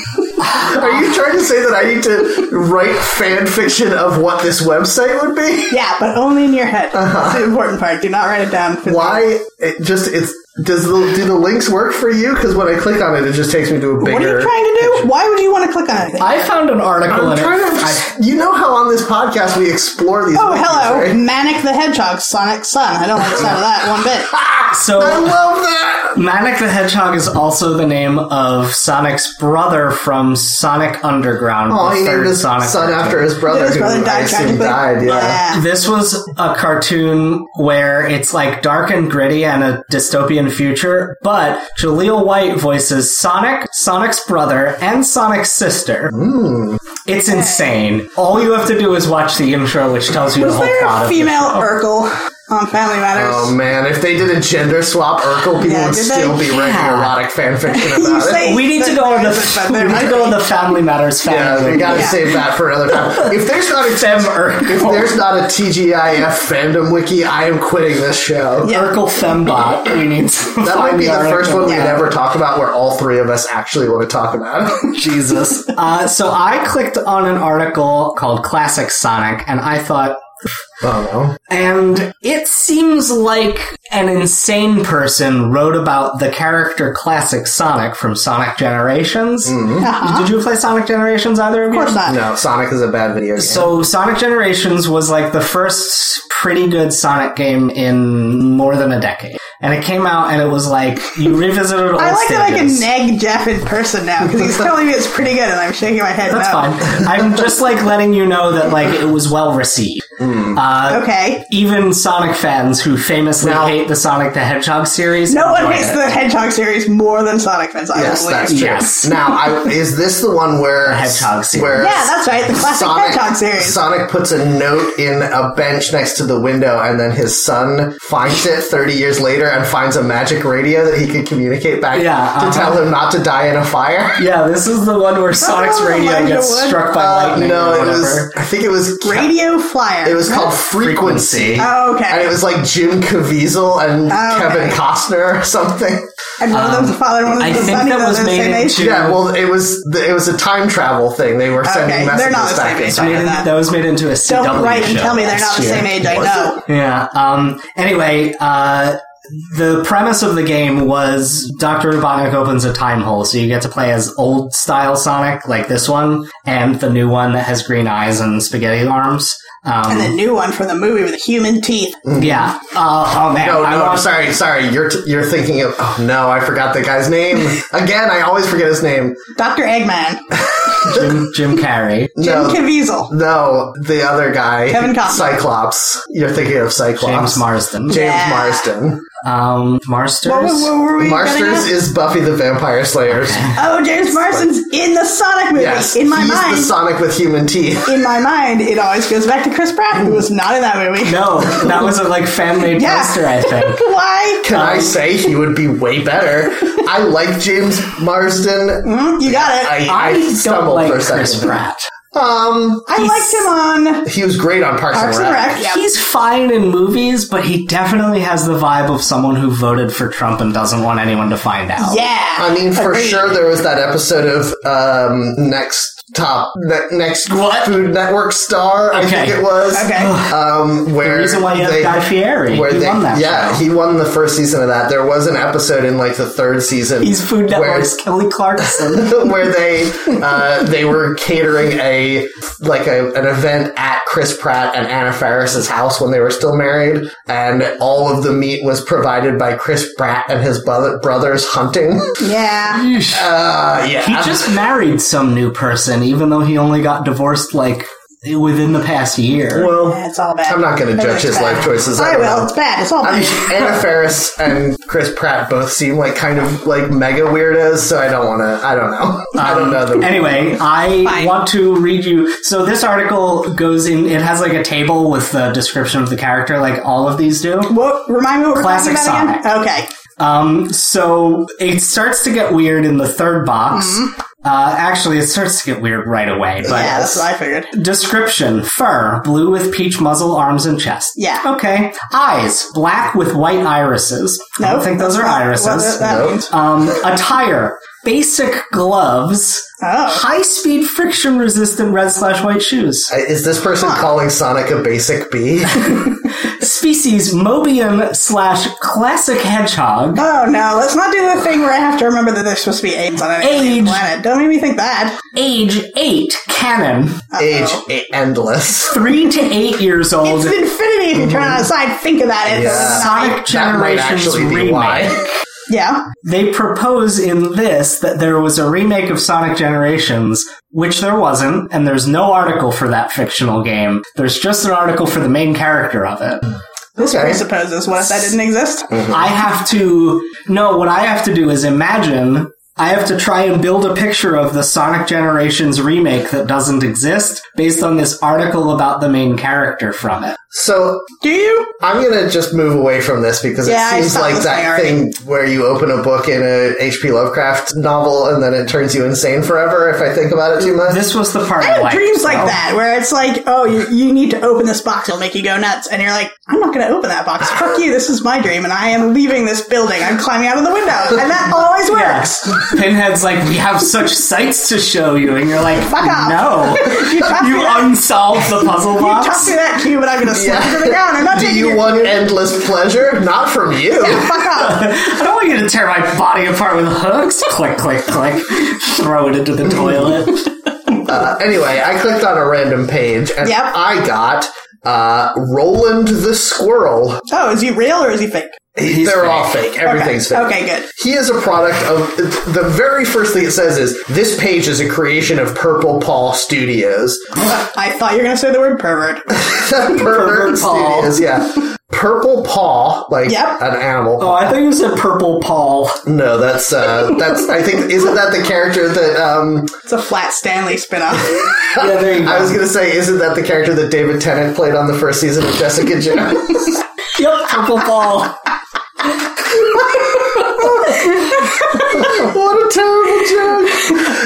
Speaker 1: Are you trying to say that I need to write fan fiction of what this website would be?
Speaker 3: Yeah, but only in your head.
Speaker 2: Uh-huh.
Speaker 3: That's the important part. Do not write it down.
Speaker 1: Why? It just it's does the do the links work for you? Because when I click on it, it just takes me to a bigger.
Speaker 3: What are you trying to do? Why would you want to click on anything?
Speaker 2: I found an article
Speaker 1: I'm
Speaker 2: in it.
Speaker 1: trying to.
Speaker 2: I-
Speaker 1: you know how on this podcast we explore these.
Speaker 3: Oh,
Speaker 1: movies,
Speaker 3: hello.
Speaker 1: right?
Speaker 3: Manic the Hedgehog, Sonic Sun. I don't like the sound of that one bit.
Speaker 2: so
Speaker 1: I love that.
Speaker 2: Manic the Hedgehog is also the name of Sonic's brother from Sonic Underground.
Speaker 1: Oh,
Speaker 2: the
Speaker 1: he
Speaker 2: third
Speaker 1: named his
Speaker 2: Sonic
Speaker 1: son
Speaker 2: cartoon.
Speaker 1: after his brother,
Speaker 3: His brother
Speaker 1: who I
Speaker 3: died
Speaker 1: assume died.
Speaker 3: tragically.
Speaker 1: Yeah.
Speaker 2: This was a cartoon where it's like dark and gritty and a dystopian future, but Jaleel White voices Sonic, Sonic's brother, and Sonic's sister.
Speaker 1: Hmm.
Speaker 2: It's insane. All you have to do is watch the intro, which tells you
Speaker 3: Was
Speaker 2: the whole
Speaker 3: there
Speaker 2: plot of
Speaker 3: a
Speaker 2: Um, the
Speaker 3: female
Speaker 2: show.
Speaker 3: Urkel on Family Matters?
Speaker 1: Oh man, if they did a gender swap, Urkel people
Speaker 3: Yeah,
Speaker 1: would
Speaker 3: did
Speaker 1: still
Speaker 3: they?
Speaker 1: be writing
Speaker 2: Yeah.
Speaker 1: erotic fan fiction about
Speaker 3: You
Speaker 1: it.
Speaker 3: say-
Speaker 2: We need to go on the we need to go on the Family Matters
Speaker 1: Yeah, we
Speaker 2: family.
Speaker 1: gotta
Speaker 3: Yeah.
Speaker 1: save that for another time. If there's not a
Speaker 2: Fem Urkel.
Speaker 1: if there's not a TGIF fandom wiki, I am quitting this show.
Speaker 3: Yeah.
Speaker 2: Urkel Fembot. We need to
Speaker 1: That
Speaker 2: find
Speaker 1: might be the
Speaker 2: article.
Speaker 1: first one we
Speaker 3: Yeah.
Speaker 1: ever talk about where all three of us actually want to talk about it.
Speaker 2: Jesus. Uh, so I clicked on an article called Classic Sonic, and I thought,
Speaker 1: Oh
Speaker 2: And it seems like an insane person wrote about the character classic Sonic from Sonic Generations.
Speaker 3: Uh-huh.
Speaker 2: Mm-hmm. Did you play Sonic Generations, either of
Speaker 3: Of
Speaker 2: you?
Speaker 3: course not.
Speaker 1: no. No, Sonic is a bad video game.
Speaker 2: So Sonic Generations was like the first pretty good Sonic game in more than a decade. And it came out and it was like you revisited all
Speaker 3: I like
Speaker 2: stages.
Speaker 3: that I can nag Jeff in person now because he's telling me it's pretty good, and I'm shaking my head.
Speaker 2: That's
Speaker 3: no.
Speaker 2: fine. I'm just like letting you know that like it was well received. Uh,
Speaker 3: Okay.
Speaker 2: Even Sonic fans who famously
Speaker 1: Now-
Speaker 2: hate the Sonic the Hedgehog series.
Speaker 3: No one
Speaker 2: enjoy
Speaker 3: hates
Speaker 2: it.
Speaker 3: the Hedgehog series more than Sonic fans. I
Speaker 1: yes,
Speaker 3: believe.
Speaker 1: that's true.
Speaker 2: Yes.
Speaker 1: Now, I, is this the one where
Speaker 2: Hedgehog series.
Speaker 1: Where
Speaker 3: yeah, that's right. The classic Hedgehog series.
Speaker 1: Sonic puts a note in a bench next to the window, and then his son finds it 30 years later and finds a magic radio that he could communicate back
Speaker 2: Yeah,
Speaker 1: to
Speaker 2: uh-huh.
Speaker 1: tell him not to die in a fire.
Speaker 2: Yeah, this is the one where Sonic's
Speaker 3: Oh,
Speaker 2: radio
Speaker 3: Elijah
Speaker 2: gets
Speaker 3: Wood.
Speaker 2: struck by
Speaker 1: Uh,
Speaker 2: lightning.
Speaker 1: no,
Speaker 2: or
Speaker 1: it
Speaker 2: whatever.
Speaker 1: was. I think it was. ca-
Speaker 3: Radio Flyer.
Speaker 1: It was called Frequency.
Speaker 3: Oh, okay.
Speaker 1: And it was like Jim Caviezel and
Speaker 3: Oh, okay.
Speaker 1: Kevin Costner or something.
Speaker 3: and one of them's a father, and one
Speaker 2: um,
Speaker 3: of
Speaker 2: I
Speaker 3: them's a
Speaker 2: think
Speaker 3: son.
Speaker 2: that
Speaker 3: even though
Speaker 2: was
Speaker 3: they're the
Speaker 2: made
Speaker 3: same age.
Speaker 2: into.
Speaker 1: Yeah, well, it was it was a time travel thing. They were sending
Speaker 3: Okay, they're
Speaker 1: messages
Speaker 3: not the
Speaker 1: back
Speaker 3: same
Speaker 1: and
Speaker 3: age.
Speaker 1: forth.
Speaker 2: made in- that was made into a CW
Speaker 3: Don't write
Speaker 2: show
Speaker 3: and tell me they're not
Speaker 2: last
Speaker 3: the
Speaker 2: year.
Speaker 3: same age. I
Speaker 1: Was
Speaker 3: know.
Speaker 2: Yeah. Um, anyway, uh, the premise of the game was Dr. Robotnik opens a time hole, so you get to play as old style Sonic, like this one, and the new one that has green eyes and spaghetti arms. Um,
Speaker 3: And the new one from the movie with the human teeth.
Speaker 2: yeah. Uh, oh man,
Speaker 1: No, no,
Speaker 2: I
Speaker 1: I'm
Speaker 2: want
Speaker 1: sorry, sorry. You're t- you're thinking of. Oh no, I forgot the guy's name again. I always forget his name.
Speaker 3: Dr. Eggman.
Speaker 2: Jim, Jim Carrey.
Speaker 3: Jim
Speaker 1: No,
Speaker 3: Caviezel.
Speaker 1: no, the other guy,
Speaker 3: Kevin Costner.
Speaker 1: Cyclops. You're thinking of Cyclops.
Speaker 2: James Marsden.
Speaker 1: James
Speaker 3: Yeah.
Speaker 1: Marsden.
Speaker 2: Um, Marsters?
Speaker 3: What, what- what were we getting
Speaker 1: Marsters
Speaker 3: at?
Speaker 1: is Buffy the Vampire Slayer's.
Speaker 3: Oh, James Marsden's in the Sonic movie.
Speaker 1: Yes,
Speaker 3: in my
Speaker 1: he's
Speaker 3: mind,
Speaker 1: the Sonic with human teeth.
Speaker 3: in my mind, it always goes back to Chris Pratt, who was not in that movie.
Speaker 2: No, that was a like fan made
Speaker 3: Yeah.
Speaker 2: poster, I think.
Speaker 3: Why?
Speaker 1: Can
Speaker 2: Um,
Speaker 1: I say he would be way better? I like James Marsden.
Speaker 3: Hmm, You got it.
Speaker 1: I, I,
Speaker 2: I don't
Speaker 1: stumbled
Speaker 2: like
Speaker 1: for a second.
Speaker 2: Chris Pratt.
Speaker 1: Um,
Speaker 3: I liked him on
Speaker 1: he was great on Parks,
Speaker 3: Parks and Rec. Yeah.
Speaker 2: He's fine in movies, but he definitely has the vibe of someone who voted for Trump and doesn't want anyone to find out.
Speaker 3: Yeah.
Speaker 1: I mean, for
Speaker 3: Agreed.
Speaker 1: sure, there was that episode of um, Next Top, ne- Next
Speaker 2: What?
Speaker 1: Food Network Star, I think
Speaker 2: Okay.
Speaker 1: it was.
Speaker 3: Okay.
Speaker 1: Um, where
Speaker 2: The reason why you
Speaker 1: they-
Speaker 2: have Guy Fieri,
Speaker 1: where
Speaker 2: he
Speaker 1: they,
Speaker 2: won that.
Speaker 1: yeah,
Speaker 2: show.
Speaker 1: he won the first season of that. There was an episode in like the third season.
Speaker 2: he's Food
Speaker 1: where,
Speaker 2: Network's Kelly Clarkson.
Speaker 1: where they uh, they were catering a like a, an event at Chris Pratt and Anna Faris's house when they were still married, and all of the meat was provided by Chris Pratt and his brother, brothers hunting.
Speaker 3: Yeah.
Speaker 1: Uh, yeah,
Speaker 2: he just married some new person, even though he only got divorced like within the past year.
Speaker 1: well,
Speaker 3: Yeah, It's all bad.
Speaker 1: I'm not going to judge
Speaker 3: Everything's
Speaker 1: his
Speaker 3: bad.
Speaker 1: life choices.
Speaker 3: I
Speaker 1: don't
Speaker 3: will.
Speaker 1: know.
Speaker 3: It's bad. It's all
Speaker 1: I
Speaker 3: bad.
Speaker 1: mean, Anna Faris and Chris Pratt both seem like kind of like mega weirdos, so I don't want to. I don't know. I don't
Speaker 2: Um,
Speaker 1: know them.
Speaker 2: Anyway, I
Speaker 3: Fine.
Speaker 2: want to read you. So this article goes in. It has like a table with the description of the character, like all of these do.
Speaker 3: What, remind me what we're
Speaker 2: Classic
Speaker 3: talking about
Speaker 2: Sonic.
Speaker 3: again? Okay.
Speaker 2: Um, so it starts to get weird in the third box.
Speaker 3: Mm-hmm.
Speaker 2: Uh, actually, it starts to get weird right away. But
Speaker 3: Yeah, that's what I figured.
Speaker 2: Description Fur, blue with peach muzzle, arms, and chest.
Speaker 3: Yeah.
Speaker 2: Okay. Eyes, black with white irises. I don't
Speaker 3: Nope,
Speaker 2: think those
Speaker 3: that's
Speaker 2: are
Speaker 3: not what
Speaker 2: irises.
Speaker 3: that
Speaker 1: Nope.
Speaker 3: means.
Speaker 2: Um, attire, basic gloves,
Speaker 3: Oh.
Speaker 2: high speed friction resistant red slash white shoes.
Speaker 1: Is this person calling Sonic a basic bee?
Speaker 2: Species, Mobian slash classic hedgehog.
Speaker 3: Oh no, let's not do the thing where I have to remember that there's supposed to be AIDS on an alien
Speaker 2: AIDS.
Speaker 3: planet. Don't make me think that.
Speaker 2: Age 8, canon.
Speaker 1: Age e- endless.
Speaker 2: 3 to 8 years old.
Speaker 3: It's infinity if you turn it on its side, think of that. It's
Speaker 1: Yeah.
Speaker 2: Sonic
Speaker 1: That might
Speaker 2: Generations
Speaker 1: actually be
Speaker 2: remake.
Speaker 1: why.
Speaker 3: yeah.
Speaker 2: They propose in this that there was a remake of Sonic Generations, which there wasn't, and there's no article for that fictional game. There's just an article for the main character of it.
Speaker 3: This
Speaker 1: Okay. Mm.
Speaker 3: presupposes what if that didn't exist?
Speaker 2: I have to, no, what I have to do is imagine, I have to try and build a picture of the Sonic Generations remake that doesn't exist based on this article about the main character from it.
Speaker 1: So
Speaker 3: Do you?
Speaker 1: I'm gonna just move away from this because
Speaker 3: Yeah, I
Speaker 1: it seems
Speaker 3: stopped
Speaker 1: like
Speaker 3: listening
Speaker 1: that
Speaker 3: already.
Speaker 1: thing where you open a book in a H.P. Lovecraft novel and then it turns you insane forever. If I think about it too much,
Speaker 2: This was the part
Speaker 3: I have
Speaker 2: liked,
Speaker 3: dreams like
Speaker 2: though.
Speaker 3: that where it's like, oh, you, you need to open this box, it'll make you go nuts, and you're like, I'm not going to open that box. Fuck you. This is my dream, and I am leaving this building. I'm climbing out of the window, and that always works.
Speaker 2: Yes. Pinhead's like, we have such sights to show you, and you're like,
Speaker 3: Fuck off.
Speaker 2: no.
Speaker 3: You toss
Speaker 2: you
Speaker 3: me that,
Speaker 2: unsolved the puzzle
Speaker 3: you toss
Speaker 2: box.
Speaker 3: me that cube, and I'm going to slap
Speaker 1: Yeah.
Speaker 3: it to the ground. I'm not
Speaker 1: Do
Speaker 3: taking
Speaker 1: you
Speaker 3: it.
Speaker 1: want endless pleasure? Not from you.
Speaker 3: Fuck off.
Speaker 2: I don't want you to tear my body apart with hooks. click, click, click. Throw it into the toilet.
Speaker 1: Uh, anyway, I clicked on a random page and
Speaker 3: Yep.
Speaker 1: I got uh, Roland the Squirrel.
Speaker 3: Oh, is he real or is he fake?
Speaker 2: He's
Speaker 1: They're
Speaker 2: fake.
Speaker 1: all fake. Everything's
Speaker 3: okay.
Speaker 1: fake.
Speaker 3: Okay, good.
Speaker 1: He is a product of the very first thing it says is this page is a creation of Purple Paw Studios.
Speaker 3: I thought you were going to say the word pervert.
Speaker 1: Pervert,
Speaker 2: Pervert Paw.
Speaker 1: Studios, yeah. Purple Paw, like
Speaker 3: Yep.
Speaker 1: an animal.
Speaker 2: Oh, I thought you said purple Paul.
Speaker 1: No, that's uh, that's. I think isn't that the character that um,
Speaker 3: It's a flat Stanley spin-off.
Speaker 2: Yeah, there you go.
Speaker 1: I was gonna say? Isn't that the character that David Tennant played on the first season of Jessica Jones?
Speaker 2: Yep, purple Paul.
Speaker 1: what a terrible joke!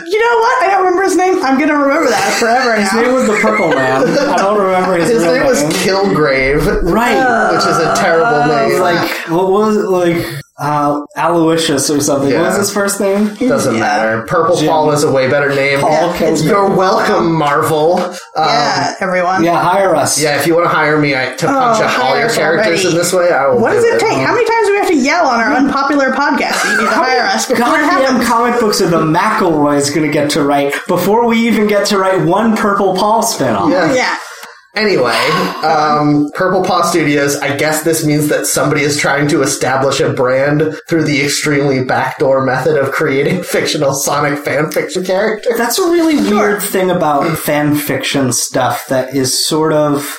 Speaker 3: you know what? I don't remember his name. I'm going to remember that forever
Speaker 2: His name
Speaker 3: now.
Speaker 2: was the Purple Man. I don't remember his,
Speaker 1: His
Speaker 2: real
Speaker 1: name was Kilgrave,
Speaker 2: Right.
Speaker 1: which is a terrible name.
Speaker 2: like what was it? like uh, Aloysius or something? What was
Speaker 1: Yeah.
Speaker 2: his first name?
Speaker 1: Doesn't
Speaker 3: Yeah.
Speaker 1: matter. Purple
Speaker 2: Jim.
Speaker 1: Paul is a way better name.
Speaker 2: Paul Kilgrave.
Speaker 1: You're welcome, Marvel. Um,
Speaker 3: Yeah,
Speaker 1: yeah.
Speaker 3: everyone.
Speaker 2: Yeah, hire us.
Speaker 1: if you want to hire me I, to punch
Speaker 3: Oh,
Speaker 1: up all
Speaker 3: hire
Speaker 1: your
Speaker 3: us
Speaker 1: characters
Speaker 3: already.
Speaker 1: in this way, I will.
Speaker 3: What
Speaker 1: do
Speaker 3: does it
Speaker 1: it Um,
Speaker 3: take? How many times do we have to yell on our unpopular podcast? that You need to hire us before it
Speaker 2: Goddamn
Speaker 3: happens.
Speaker 2: comic books are the McElroy's going to get to write before we even get to write one Purple Paul spinoff.
Speaker 1: Yeah.
Speaker 3: Yeah.
Speaker 1: Anyway, um, Purple Paw Studios, I guess this means that somebody is trying to establish a brand through the extremely backdoor method of creating fictional Sonic fan fiction characters.
Speaker 2: That's a really weird thing about fan fiction stuff that is sort of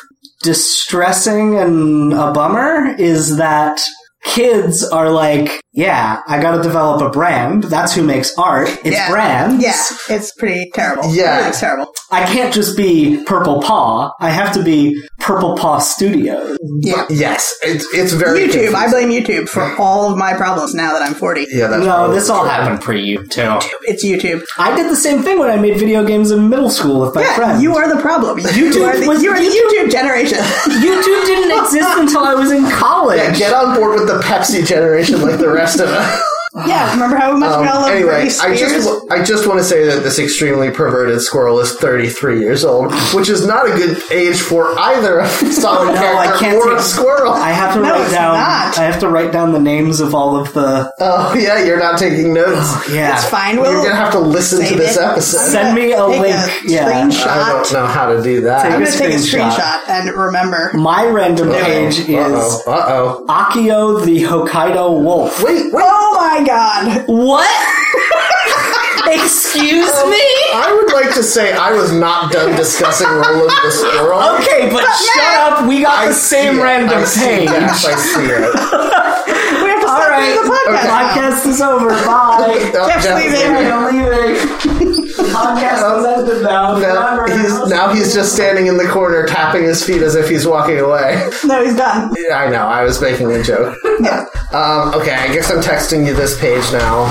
Speaker 2: distressing and a bummer is that kids are like, yeah, I got to develop a brand. That's who makes art. It's
Speaker 3: Yeah.
Speaker 2: brands.
Speaker 3: Yeah, it's pretty terrible.
Speaker 1: Yeah.
Speaker 3: Really, it's terrible.
Speaker 2: I can't just be Purple Paw. I have to be Purple Paw Studios.
Speaker 3: Yeah.
Speaker 1: Yes, it's, it's very
Speaker 3: YouTube. I
Speaker 1: confusing.
Speaker 3: blame YouTube for all of my problems now that I'm 40.
Speaker 1: yeah, that's
Speaker 2: No,
Speaker 1: probably
Speaker 2: this all
Speaker 1: true.
Speaker 2: happened pre you too.
Speaker 3: It's YouTube.
Speaker 2: I did the same thing when I made video games in middle school with my
Speaker 3: Yeah,
Speaker 2: friends.
Speaker 3: you are the problem. You
Speaker 2: YouTube
Speaker 3: are the,
Speaker 2: was-
Speaker 3: you are the YouTube generation.
Speaker 2: YouTube didn't exist until I was in college.
Speaker 1: Yeah, get on board with the Pepsi generation like the rest of us.
Speaker 3: yeah, remember how much we all
Speaker 1: Um,
Speaker 3: loved
Speaker 1: anyway,
Speaker 3: Britney
Speaker 1: I
Speaker 3: Spears?
Speaker 1: just wa- I just want to say that this extremely perverted squirrel is 33 years old, which is not a good age for either a solid
Speaker 2: No, I
Speaker 1: character
Speaker 2: can't
Speaker 1: or a
Speaker 2: take-
Speaker 1: squirrel.
Speaker 2: I have to
Speaker 3: No,
Speaker 2: write
Speaker 3: it's
Speaker 2: down.
Speaker 3: not.
Speaker 2: I have to write down the names of all of the.
Speaker 1: oh yeah, you're not taking notes.
Speaker 2: Yeah.
Speaker 3: it's fine. We'll
Speaker 1: You're gonna have to listen to
Speaker 3: Save
Speaker 1: this
Speaker 3: it.
Speaker 1: episode.
Speaker 2: Send me a
Speaker 3: take
Speaker 2: link.
Speaker 3: A
Speaker 2: yeah.
Speaker 3: Screenshot.
Speaker 1: I don't know how to do
Speaker 3: I'm
Speaker 1: that.
Speaker 2: Take
Speaker 3: going to take a
Speaker 2: Screenshot.
Speaker 3: screenshot and remember.
Speaker 2: My random page
Speaker 1: Uh
Speaker 2: is
Speaker 1: oh.
Speaker 2: Akio the Hokkaido Wolf.
Speaker 1: Wait, wait.
Speaker 3: Oh my god.
Speaker 2: What? Excuse
Speaker 1: Oh.
Speaker 2: me?
Speaker 1: I would like to say I was not done discussing Roland the squirrel.
Speaker 2: Okay, but shut up. We got the
Speaker 1: see
Speaker 2: same
Speaker 1: it.
Speaker 2: random
Speaker 1: I see it.
Speaker 2: page.
Speaker 1: Yes, I see it.
Speaker 3: We have to stop
Speaker 2: All right.
Speaker 3: doing the podcast.
Speaker 1: Okay.
Speaker 3: now.
Speaker 2: Podcast is over. Bye.
Speaker 1: No,
Speaker 3: Jeff's
Speaker 1: Jeff-
Speaker 3: leaving.
Speaker 2: I'm leaving. Podcast is ended now.
Speaker 1: Now
Speaker 2: Remember,
Speaker 1: he's,
Speaker 2: how's-
Speaker 1: now he's just standing in the corner tapping his feet as if he's walking away.
Speaker 3: No, he's done.
Speaker 1: I know, I was making a joke.
Speaker 3: Yeah.
Speaker 1: Um, okay, I guess I'm texting you this page now.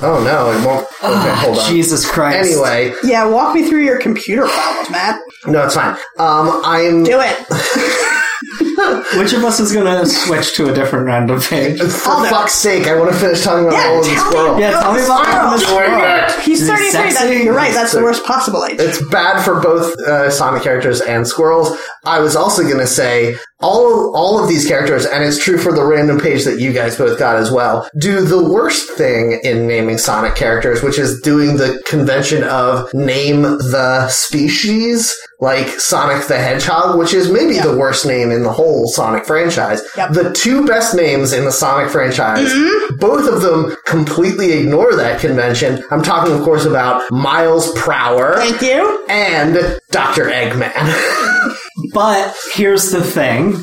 Speaker 1: Oh no, it won't.
Speaker 3: Ah,
Speaker 1: Okay, hold on.
Speaker 2: Jesus Christ.
Speaker 1: Anyway,
Speaker 3: Yeah, walk me through your computer problems, Matt.
Speaker 1: no, it's fine. Um, I'm.
Speaker 3: Do it.
Speaker 2: Which of us is going to switch to a different random page?
Speaker 1: For
Speaker 3: I'll do it.
Speaker 1: fuck's sake, I want to finish talking about
Speaker 3: Yeah,
Speaker 1: all of this
Speaker 3: tell me.
Speaker 1: world.
Speaker 2: Yeah, tell me about
Speaker 3: Oh,
Speaker 2: Thomas
Speaker 1: doing
Speaker 2: Moore.
Speaker 1: it.
Speaker 3: He's
Speaker 2: Is he
Speaker 3: 33. That,
Speaker 2: sexy?
Speaker 3: you're right. That's the worst possible age.
Speaker 1: It's bad for both uh, Sonic characters and squirrels. I was also going to say all all of these characters, and it's true for the random page that you guys both got as well. Do the worst thing in naming Sonic characters, which is doing the convention of name the species, like Sonic the Hedgehog, which is maybe the worst name in the whole Sonic franchise.
Speaker 3: Yep. Mm-hmm.
Speaker 1: The two best names in the Sonic franchise both of them completely ignore that convention. I'm talking, of course, about Miles Prower
Speaker 3: Thank you.
Speaker 1: and Dr. Eggman.
Speaker 2: But here's the thing.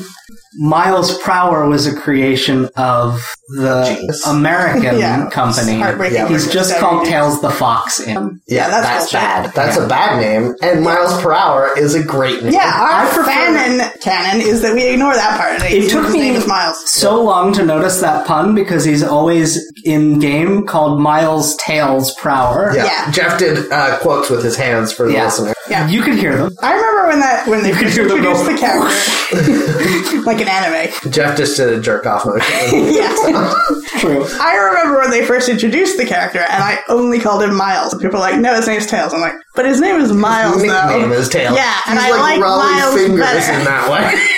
Speaker 2: Miles Prower was a creation of the
Speaker 1: Jeez.
Speaker 2: American
Speaker 3: Yeah.
Speaker 2: company.
Speaker 3: Heartbreaking.
Speaker 1: Yeah.
Speaker 2: He's just
Speaker 3: Every
Speaker 2: called
Speaker 3: day.
Speaker 2: Tails the Fox in.
Speaker 3: Yeah, that's, bullshit.
Speaker 1: That's a bad name, and Miles Prower is a great name.
Speaker 3: Yeah, uh, our
Speaker 2: I prefer-
Speaker 3: fanon canon is that we ignore that part. And
Speaker 2: It took
Speaker 3: his
Speaker 2: me
Speaker 3: name is Miles.
Speaker 2: so long to notice that pun because he's always in game called Miles Tails Prower.
Speaker 1: Yeah.
Speaker 3: Yeah.
Speaker 1: Jeff did uh, quotes with his hands for the
Speaker 2: Yeah.
Speaker 1: listener.
Speaker 3: Yeah.
Speaker 2: You could hear them.
Speaker 3: I remember remember when that when they
Speaker 2: can
Speaker 3: first
Speaker 2: hear the
Speaker 3: introduced
Speaker 2: robot.
Speaker 3: the character, like an anime.
Speaker 1: Jeff just did a jerk off motion.
Speaker 3: Yeah,
Speaker 2: True.
Speaker 3: I remember when they first introduced the character, and I only called him Miles. And people were like, "No, his name's Tails." I'm like, "But his name is Miles, though."
Speaker 1: Nickname is Tails.
Speaker 3: Yeah, and
Speaker 1: He's
Speaker 3: I like
Speaker 1: Raleigh
Speaker 3: Miles
Speaker 1: fingers
Speaker 3: better.
Speaker 1: in that way.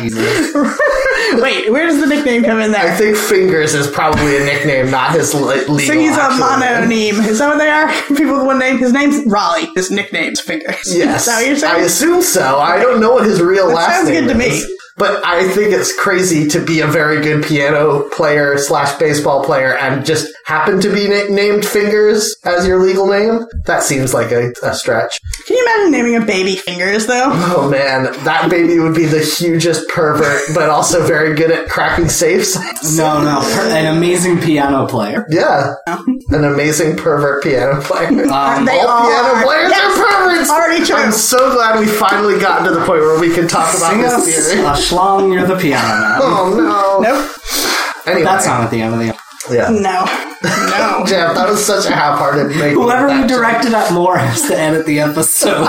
Speaker 1: Jesus.
Speaker 3: Wait, where does the nickname come in
Speaker 1: I
Speaker 3: there?
Speaker 1: think fingers is probably a nickname, not his le- legal.
Speaker 3: So he's a
Speaker 1: actual name.
Speaker 3: mononeme. Is that what they are? People with one name. His name's Raleigh. His nickname's Fingers.
Speaker 1: Yes,
Speaker 3: Is that what you're
Speaker 1: I
Speaker 3: saying?
Speaker 1: assume so. I don't know what his real
Speaker 3: That
Speaker 1: last
Speaker 3: sounds
Speaker 1: name
Speaker 3: good to me.
Speaker 1: is, but I think it's crazy to be a very good piano player slash baseball player and just happen to be na- named Fingers as your legal name. That seems like a, a stretch.
Speaker 3: Can you imagine naming a baby Fingers though?
Speaker 1: Oh man, that baby would be the hugest pervert, but also very good at cracking safes.
Speaker 2: No, no. per- An amazing piano player.
Speaker 1: Yeah, an amazing pervert piano player.
Speaker 2: Um,
Speaker 3: They
Speaker 1: All piano
Speaker 3: are.
Speaker 1: players
Speaker 3: Yes.
Speaker 1: are perverts.
Speaker 3: Already true.
Speaker 1: I'm so glad we finally got to the point where we can talk about
Speaker 2: Sing us
Speaker 1: this theory.
Speaker 2: a schlong, you're the piano man.
Speaker 1: Oh no.
Speaker 3: Nope.
Speaker 1: Anyway,
Speaker 2: That's not at the end of the
Speaker 1: yeah.
Speaker 3: No. No.
Speaker 1: Jeff, that was such a half-hearted make.
Speaker 2: Whoever we directed at more has to edit the episode.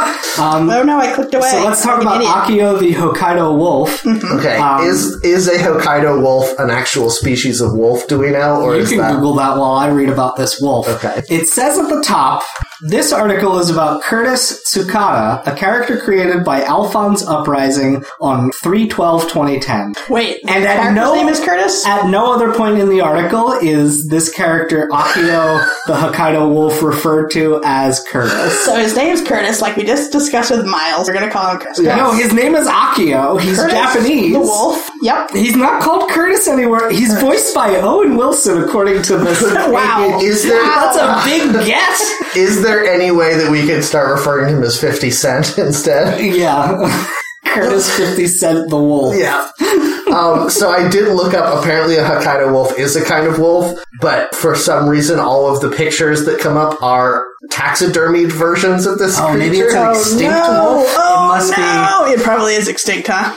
Speaker 3: Oh no, I clicked away.
Speaker 2: So let's talk
Speaker 3: I'm
Speaker 2: about
Speaker 3: an idiot.
Speaker 2: Akio the Hokkaido wolf.
Speaker 1: Okay,
Speaker 2: Um,
Speaker 1: is is a Hokkaido wolf an actual species of wolf? Do we know, or
Speaker 2: You
Speaker 1: is
Speaker 2: can
Speaker 1: that
Speaker 2: Google that while I read about this wolf.
Speaker 1: Okay.
Speaker 2: It says at the top, this article is about Curtis Tsukada, a character created by Alphonse Uprising on 312-2010.
Speaker 3: Wait,
Speaker 2: And
Speaker 3: the
Speaker 2: at
Speaker 3: character's
Speaker 2: no,
Speaker 3: name is Curtis.
Speaker 2: At no other point in the article is this character Akio the Hokkaido wolf referred to as Curtis.
Speaker 3: so his name's Curtis, like we just discussed with Miles. We're gonna call him Curtis.
Speaker 2: No, his name is Akio. He's
Speaker 3: Curtis
Speaker 2: Japanese.
Speaker 3: The wolf. Yep.
Speaker 2: He's not called Curtis anywhere. He's voiced by Owen Wilson, according to this.
Speaker 3: Wow.
Speaker 1: Is there
Speaker 2: That's a big guess.
Speaker 1: is there any way that we could start referring to him as Fifty Cent instead?
Speaker 2: Yeah. Curtis 50 Cent the Wolf.
Speaker 1: Yeah. Um, so I did look up. Apparently, a Hokkaido wolf is a kind of wolf, but for some reason, all of the pictures that come up are taxidermied versions of this
Speaker 2: Oh,
Speaker 1: creature.
Speaker 2: maybe it's an extinct
Speaker 3: No.
Speaker 2: wolf?
Speaker 3: Oh,
Speaker 2: it must
Speaker 3: no. It probably is extinct, huh?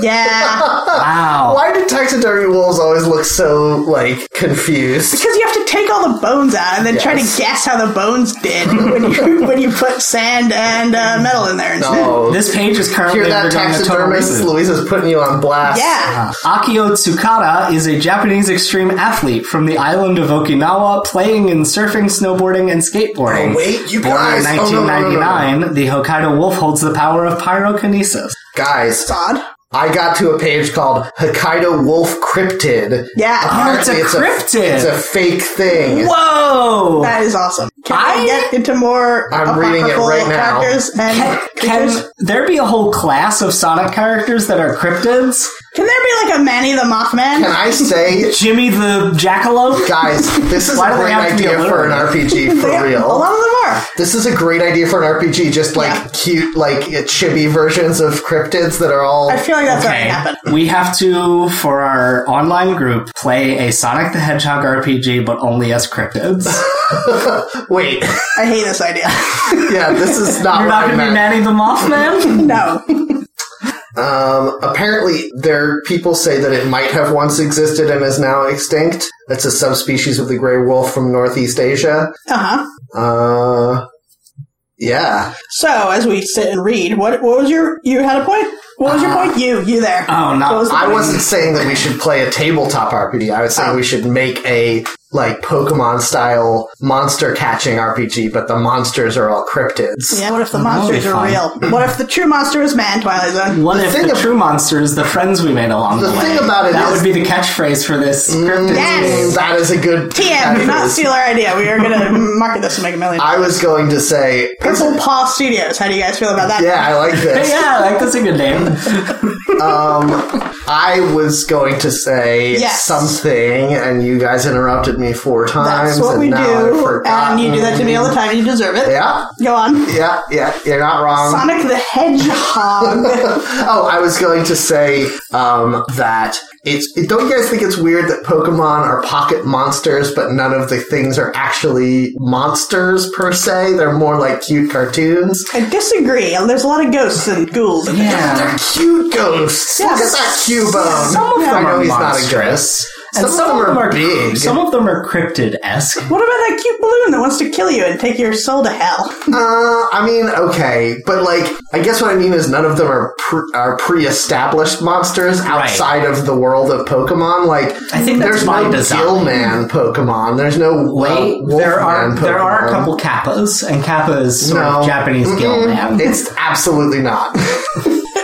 Speaker 2: be. Uh,
Speaker 3: Yeah.
Speaker 2: wow.
Speaker 1: Um, Why do taxidermy wolves always look so like confused?
Speaker 3: Because you have to take all the bones out and then try
Speaker 1: Yes.
Speaker 3: to guess how the bones did when you when you put sand and uh, metal in there. Instead.
Speaker 1: No,
Speaker 2: This page is currently
Speaker 1: hear that
Speaker 2: undergoing a total
Speaker 1: taxidermist?
Speaker 2: reboot.
Speaker 1: Louise is putting you on blast.
Speaker 3: Yeah.
Speaker 2: Uh, Akio Tsukada is a Japanese extreme athlete from the island of Okinawa, playing in surfing, snowboarding, and skateboarding.
Speaker 1: Oh, wait, you
Speaker 2: Born
Speaker 1: guys.
Speaker 2: in
Speaker 1: Oh, no, no, no, no, no.
Speaker 2: 1999, the Hokkaido wolf holds the power of pyrokinesis.
Speaker 1: guys,
Speaker 3: Odd.
Speaker 1: I got to a page called Hokkaido Wolf Cryptid.
Speaker 3: Yeah.
Speaker 2: Oh, it's a cryptid.
Speaker 1: it's a fake thing. Oh.
Speaker 2: Whoa!
Speaker 3: That is awesome. Can
Speaker 2: I-
Speaker 3: I get into more
Speaker 1: I'm reading it
Speaker 3: apocryphal
Speaker 1: right now.
Speaker 3: characters and
Speaker 2: Can,
Speaker 3: creatures?
Speaker 2: can there be a whole class of Sonic characters that are cryptids?
Speaker 3: Can there be like a Manny the Mothman?
Speaker 1: Can I say,
Speaker 2: Jimmy the Jackalope?
Speaker 1: guys, this is
Speaker 2: Why
Speaker 1: a
Speaker 2: do they
Speaker 1: great
Speaker 2: have to be
Speaker 1: idea for an RPG
Speaker 3: Yeah,
Speaker 1: for
Speaker 3: A lot
Speaker 1: real.
Speaker 3: of them are.
Speaker 1: This is a great idea for an RPG, just like
Speaker 3: Yeah.
Speaker 1: cute, like chibi versions of cryptids that are all.
Speaker 3: I feel like that's already
Speaker 2: Okay.
Speaker 3: happened.
Speaker 2: We have to, for our online group, play a Sonic the Hedgehog RPG, but only as cryptids.
Speaker 1: Wait,
Speaker 3: I hate this idea.
Speaker 1: yeah, this is not.
Speaker 2: You're
Speaker 1: what I
Speaker 2: not going to be
Speaker 1: meant.
Speaker 2: Manny the Mothman?
Speaker 3: no.
Speaker 1: Um, apparently, there people say that it might have once existed and is now extinct. It's a subspecies of the gray wolf from Northeast Asia.
Speaker 3: Uh huh.
Speaker 1: Uh, yeah.
Speaker 3: So as we sit and read, what what was your you had a point? What was your point? You you there?
Speaker 2: Oh, no.
Speaker 3: What was the
Speaker 1: Uh-huh. I
Speaker 3: point?
Speaker 1: wasn't saying that we should play a tabletop RPG. I was saying we should make a like Pokemon style monster catching RPG, but the monsters are all cryptids.
Speaker 3: Yeah, what if the
Speaker 2: that'll be
Speaker 3: monsters are
Speaker 2: fun.
Speaker 3: real? What if the true monster is man, Twilight Zone?
Speaker 2: What if
Speaker 1: thing
Speaker 2: the
Speaker 1: ab-
Speaker 2: true monster is the friends we made along the,
Speaker 1: The
Speaker 2: way?
Speaker 1: thing about it
Speaker 2: that
Speaker 1: is-
Speaker 2: would be the catchphrase for this cryptid.
Speaker 3: Yes!
Speaker 1: Mm, That is a good
Speaker 3: TM,
Speaker 1: that
Speaker 3: do not
Speaker 1: is-
Speaker 3: steal our idea. We are going to market this and make a million.
Speaker 1: I was going to say,
Speaker 3: Purple Paw Studios. How do you guys feel about that?
Speaker 1: yeah, I like this.
Speaker 2: Yeah, like that's a good name.
Speaker 1: I was going to say
Speaker 3: Yes.
Speaker 1: something, and you guys interrupted me four times.
Speaker 3: That's what
Speaker 1: and
Speaker 3: we
Speaker 1: now I've
Speaker 3: do,
Speaker 1: forgotten.
Speaker 3: and you do that to me all the time. and You deserve it.
Speaker 1: Yeah,
Speaker 3: Go on.
Speaker 1: yeah, yeah. You're not wrong.
Speaker 3: Sonic the Hedgehog.
Speaker 1: oh, I was going to say um, that it's. Don't you guys think it's weird that Pokemon are pocket monsters, but none of the things are actually monsters per se? They're more like cute cartoons.
Speaker 3: I disagree. There's a lot of ghosts and ghouls. in there.
Speaker 2: Yeah.
Speaker 1: They're cute ghosts. Look at that Cubone.
Speaker 2: Some of them
Speaker 1: I know
Speaker 2: are
Speaker 1: he's not
Speaker 2: monstrous.
Speaker 1: a ghost.
Speaker 2: And
Speaker 1: Some of them are big.
Speaker 2: Some of them are cryptid esque.
Speaker 3: What about that cute balloon that wants to kill you and take your soul to hell?
Speaker 1: Uh, I mean, okay, but like, I guess what I mean is none of them are pre- are pre-established monsters outside of the world of Pokemon. Like,
Speaker 2: I think that's
Speaker 1: there's
Speaker 2: by
Speaker 1: no
Speaker 2: design.
Speaker 1: Gillman Pokemon. There's no
Speaker 2: Wait,
Speaker 1: Wo-
Speaker 2: there are
Speaker 1: Wolfman
Speaker 2: there are a
Speaker 1: Pokemon.
Speaker 2: couple kappas, and kappa is sort
Speaker 1: No.
Speaker 2: of Japanese
Speaker 1: Mm-mm.
Speaker 2: gill man.
Speaker 1: It's absolutely not.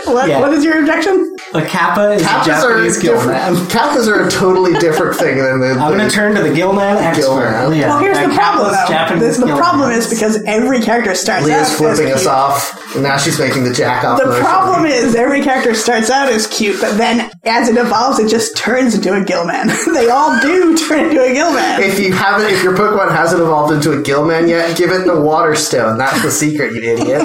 Speaker 3: What,
Speaker 2: Yeah.
Speaker 3: what is your objection?
Speaker 2: A kappa is a
Speaker 1: Kappas are
Speaker 2: Japanese gill man.
Speaker 1: different. Kappas are a totally different thing than the.
Speaker 2: I'm going to turn to the gill man expert. Oh,
Speaker 1: Gill man.
Speaker 2: Yeah.
Speaker 3: Well, here's
Speaker 2: And
Speaker 3: the
Speaker 2: kappa
Speaker 3: problem,
Speaker 2: is
Speaker 3: though.
Speaker 2: Japanese
Speaker 3: This- the
Speaker 2: gill
Speaker 3: problem
Speaker 2: man.
Speaker 3: is because every character starts out
Speaker 1: Leah's
Speaker 3: as
Speaker 1: flipping us
Speaker 3: cute.
Speaker 1: off. and Now she's making the jack off.
Speaker 3: The
Speaker 1: motion.
Speaker 3: problem is every character starts out as cute, but then as it evolves, it just turns into a gill man. they all do turn into a gill man.
Speaker 1: If you haven't, if your Pokemon hasn't evolved into a Gillman yet, give it the Water Stone. That's the secret, you idiot.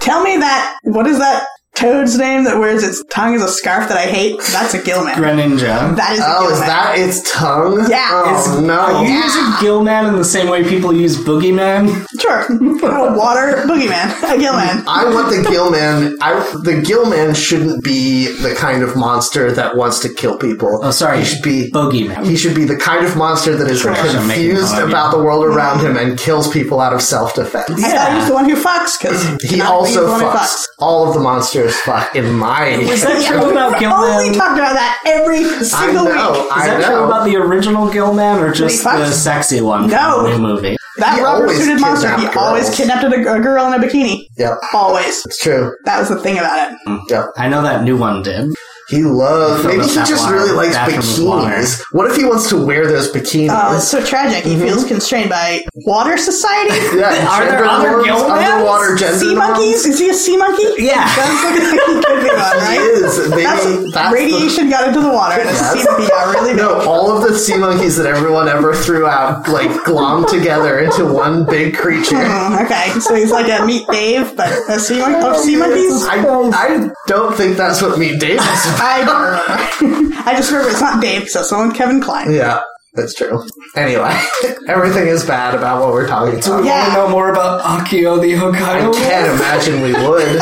Speaker 3: Tell me that. What is that toad's name that wears its tongue as a scarf that I hate? That's a gill man.
Speaker 2: Greninja.
Speaker 3: That is a
Speaker 1: Oh,
Speaker 3: gill
Speaker 1: is
Speaker 3: man.
Speaker 1: that its tongue?
Speaker 3: Yeah.
Speaker 1: Oh,
Speaker 3: It's-
Speaker 1: no.
Speaker 2: Are you using gill man in the same way people use boogeyman?
Speaker 3: Sure. a water boogeyman. A gill man.
Speaker 1: I want the Gillman. I, the Gillman shouldn't be the kind of monster that wants to kill people.
Speaker 2: Oh, sorry.
Speaker 1: He should be.
Speaker 2: Boogeyman.
Speaker 1: He should be the kind of monster that is
Speaker 2: I'm making
Speaker 1: confused
Speaker 2: fun of you.
Speaker 1: about the world around him and kills people out of self-defense.
Speaker 3: I thought he was the one who fucks because
Speaker 1: He also fucks. All of the monsters fuck in my.
Speaker 2: Is that
Speaker 3: Yeah,
Speaker 2: true
Speaker 3: we
Speaker 2: about gill
Speaker 3: only
Speaker 2: man?
Speaker 3: talked about that every
Speaker 1: I
Speaker 3: single
Speaker 1: know.
Speaker 3: week.
Speaker 2: Is
Speaker 1: I
Speaker 2: that true
Speaker 1: know.
Speaker 2: about the original gill man or just
Speaker 3: fucks?
Speaker 2: the sexy one
Speaker 3: No.
Speaker 2: from the new movie?
Speaker 3: That
Speaker 1: He
Speaker 3: rubber
Speaker 1: always
Speaker 3: suited monster, he
Speaker 1: kidnapped
Speaker 3: always
Speaker 1: girls.
Speaker 3: kidnapped a, a girl in a bikini.
Speaker 1: Yep.
Speaker 3: Always.
Speaker 1: It's true.
Speaker 3: That was the thing about it. Uh,
Speaker 1: Yep.
Speaker 2: I know that new one did.
Speaker 1: He loves.
Speaker 2: Fill
Speaker 1: Maybe
Speaker 2: up
Speaker 1: he
Speaker 2: that
Speaker 1: just
Speaker 2: water.
Speaker 1: really likes
Speaker 2: Bathroom with water.
Speaker 1: bikinis. What if he wants to wear those bikinis?
Speaker 3: Oh, it's so tragic. He
Speaker 1: Mm-hmm.
Speaker 3: feels constrained by water society.
Speaker 1: yeah,
Speaker 2: Are there
Speaker 1: gender
Speaker 2: other
Speaker 1: norms,
Speaker 2: Gilmans?
Speaker 1: underwater gender
Speaker 3: sea
Speaker 1: norms.
Speaker 3: monkeys? Is he a sea monkey?
Speaker 2: Yeah.
Speaker 3: Sounds like he could be one,
Speaker 1: He
Speaker 3: right?
Speaker 1: is. Maybe
Speaker 3: That's,
Speaker 1: that's, the-
Speaker 3: radiation got into the water, and the sea monkey got really big.
Speaker 1: no, all of the sea monkeys that everyone ever threw out, like glommed together into one big creature.
Speaker 3: Mm, okay, so he's like a meat Dave, but a sea monkey. Of
Speaker 1: Oh,
Speaker 3: sea monkeys.
Speaker 1: I, I don't think that's what Meat Dave is.
Speaker 3: I don't remember. I just remember it's not Dave, so it's someone Kevin Klein.
Speaker 1: Yeah, that's true. Anyway, everything is bad about what we're talking about.
Speaker 3: Yeah.
Speaker 2: Want to know more about Akio the Hokkaido?
Speaker 1: I
Speaker 2: wolf?
Speaker 1: can't imagine we would.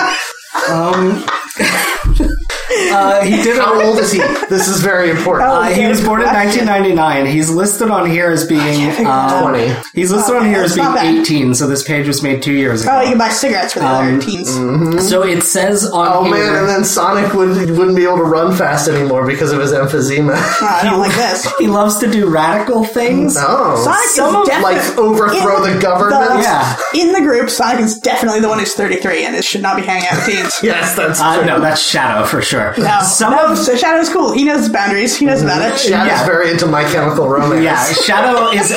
Speaker 2: Um, uh, he did.
Speaker 1: How
Speaker 2: A,
Speaker 1: old is he? This is very important.
Speaker 3: Oh.
Speaker 2: uh, he was born in 1999. He's listed on here as being
Speaker 3: um,
Speaker 2: uh,
Speaker 1: 20.
Speaker 2: He's listed on here as
Speaker 3: It's
Speaker 2: being
Speaker 3: not bad.
Speaker 2: 18. So this page was made two years
Speaker 3: Oh, you
Speaker 2: ago.
Speaker 3: can buy cigarettes for the
Speaker 1: Um,
Speaker 3: other teens.
Speaker 1: mm.
Speaker 2: So it says on
Speaker 1: Oh
Speaker 2: here.
Speaker 1: man, and then Sonic wouldn't, wouldn't be able to run fast anymore because of his emphysema.
Speaker 3: Oh, I don't like this.
Speaker 2: he loves to do radical things.
Speaker 1: Oh.
Speaker 3: Sonic
Speaker 2: Some
Speaker 3: is
Speaker 2: of,
Speaker 3: definitely
Speaker 1: like, overthrow the government?
Speaker 2: Yeah.
Speaker 3: In the group, Sonic is definitely the one who's 33 and it should not be hanging out with teens.
Speaker 1: Yes, that's
Speaker 2: Uh,
Speaker 1: true.
Speaker 2: no, that's Shadow for sure.
Speaker 3: No,
Speaker 2: Some
Speaker 3: no,
Speaker 2: of
Speaker 3: so Shadow's cool. He knows his boundaries. He knows about it.
Speaker 1: Shadow's
Speaker 2: yeah.
Speaker 1: very into My Chemical Romance.
Speaker 2: yeah, Shadow is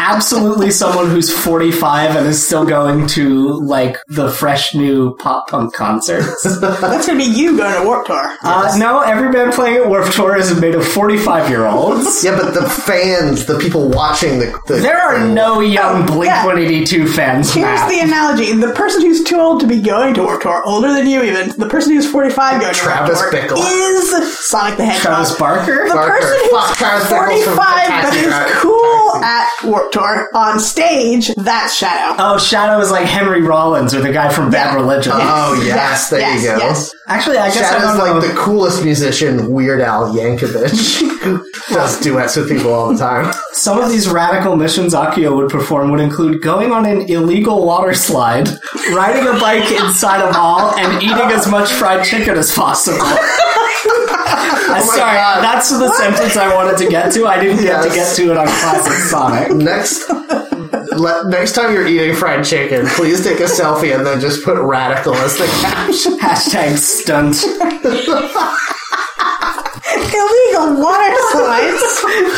Speaker 2: absolutely someone who's 45 and is still going to like the fresh new pop punk concerts.
Speaker 3: That's gonna be you going to Warp Tour.
Speaker 2: Uh, no, every band playing at Warped Tour is made of 45 year olds.
Speaker 1: Yeah, but the fans, the people watching the, the Oh,
Speaker 2: There are no young Blink 182 fans
Speaker 3: Here's
Speaker 2: now.
Speaker 3: the analogy: the person who's too old to be going to Warp Tour, older than you even, the person who's 45 going to
Speaker 1: Travis
Speaker 3: Warp Tour
Speaker 1: Bickle.
Speaker 3: is Sonic the Hedgehog.
Speaker 2: Travis Barker?
Speaker 3: the
Speaker 1: Barker.
Speaker 3: person who's
Speaker 1: Fuck, Travis Bickle's from
Speaker 3: 45 but
Speaker 1: Taxi
Speaker 3: is
Speaker 1: Driver.
Speaker 3: cool at Warp Tour on stage. That's Shadow.
Speaker 2: Oh, Shadow is like Henry Rollins or the guy from Bad
Speaker 3: Yeah.
Speaker 2: Religion.
Speaker 1: Oh yes, there
Speaker 3: yes,
Speaker 1: you go.
Speaker 3: yes.
Speaker 2: Actually, I guess I
Speaker 1: Shadow's
Speaker 2: don't know.
Speaker 1: like the coolest musician, Weird Al Yankovic, who does duets with people all the time.
Speaker 2: Some of these radical missions Akio would perform would include going on an illegal water slide, riding a bike inside a mall, and eating as much fried chicken as possible. I'm sorry,
Speaker 1: Oh God.
Speaker 2: that's the sentence I wanted to get to. I didn't get to get
Speaker 1: Yes.
Speaker 2: to it on Classic Sonic.
Speaker 1: Next, le- next time you're eating fried chicken, please take a selfie and then just put "radical" as the caption.
Speaker 2: Hashtag stunt.
Speaker 3: Illegal water slides.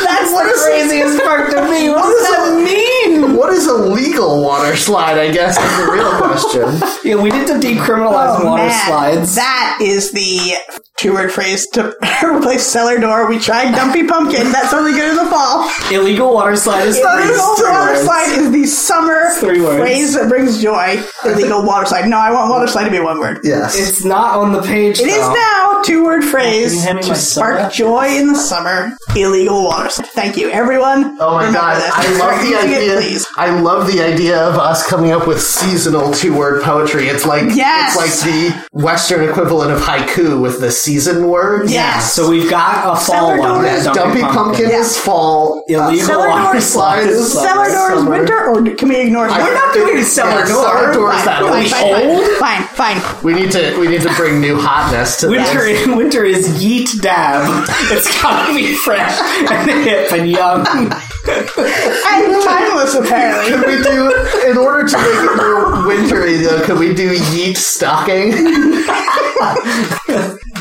Speaker 3: That's
Speaker 1: What
Speaker 3: the
Speaker 1: is-
Speaker 3: craziest part to me. What
Speaker 1: does that
Speaker 3: mean?
Speaker 1: What is a legal water slide? I guess is the real question.
Speaker 2: Yeah, we need to decriminalize water slides.
Speaker 3: Oh, That is the two-word phrase to replace cellar door. We tried dumpy pumpkin. That's only good in the fall.
Speaker 2: illegal water slide is three
Speaker 3: Illegal water
Speaker 2: words.
Speaker 3: slide is the summer
Speaker 2: three words.
Speaker 3: phrase that brings joy. Illegal water slide. No, I want water slide to be one word.
Speaker 1: Yes.
Speaker 2: It's not on the page.
Speaker 3: It is now two-word phrase
Speaker 2: hand me my
Speaker 3: to
Speaker 2: soda?
Speaker 3: spark joy in the summer. Illegal water slide. Thank you, everyone.
Speaker 1: Oh my
Speaker 3: Remember
Speaker 1: god,
Speaker 3: this.
Speaker 1: I love
Speaker 3: Start
Speaker 1: the
Speaker 3: using it,
Speaker 1: idea.
Speaker 3: please.
Speaker 1: I love the idea of us coming up with seasonal two-word poetry. It's like
Speaker 3: Yes.
Speaker 1: it's like the western equivalent of haiku with the season word.
Speaker 3: Yes.
Speaker 2: So we've got a fall
Speaker 3: Cellar
Speaker 2: one.
Speaker 3: door
Speaker 1: Yeah,
Speaker 2: Dumpy
Speaker 1: Dumpy Pumpkin
Speaker 3: Yeah.
Speaker 1: is fall. uh,
Speaker 2: Illegal
Speaker 3: Cellar
Speaker 2: water
Speaker 3: door-
Speaker 2: slide is
Speaker 1: Cellar
Speaker 3: cellar door is
Speaker 1: Summer.
Speaker 3: winter, or can we ignore?
Speaker 1: I
Speaker 3: We're not
Speaker 1: think-
Speaker 3: doing cellar
Speaker 1: yeah,
Speaker 3: door.
Speaker 1: cellar door is
Speaker 3: Fine,
Speaker 1: that
Speaker 3: fine,
Speaker 1: old-
Speaker 3: Fine, fine, fine.
Speaker 1: We need to we need to bring new hotness to
Speaker 2: Winter,
Speaker 1: this.
Speaker 2: winter is yeet dab. It's gotta be fresh and hip and young.
Speaker 3: And timeless, apparently.
Speaker 1: Could we do in order to make it more wintry though? Could we do yeet stocking?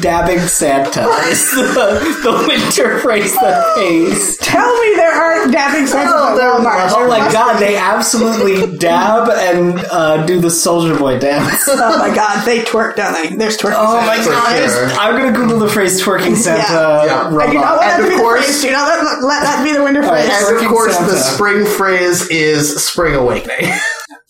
Speaker 2: Dabbing Santa is the, the winter phrase that pays.
Speaker 3: Tell me there aren't dabbing signs
Speaker 1: Oh,
Speaker 3: at
Speaker 1: there
Speaker 3: Walmart.
Speaker 1: are.
Speaker 2: Oh my
Speaker 3: Must
Speaker 2: god,
Speaker 3: be.
Speaker 2: they absolutely dab and uh, do the Soldier Boy dance.
Speaker 3: Oh my god, they twerk, don't they? There's twerking.
Speaker 2: Oh
Speaker 3: signs.
Speaker 2: my
Speaker 1: For
Speaker 2: god, I just-
Speaker 1: sure.
Speaker 2: I'm gonna Google the phrase twerking Santa
Speaker 1: Yeah. I do
Speaker 2: robot.
Speaker 3: Do not
Speaker 1: And
Speaker 3: let that
Speaker 1: of
Speaker 3: be
Speaker 1: course- Oh,
Speaker 3: the phrase. Do not let, let that be the winter phrase.
Speaker 2: yes.
Speaker 1: And of
Speaker 2: Stocking
Speaker 1: course, the
Speaker 2: Santa.
Speaker 1: spring phrase is spring awakening.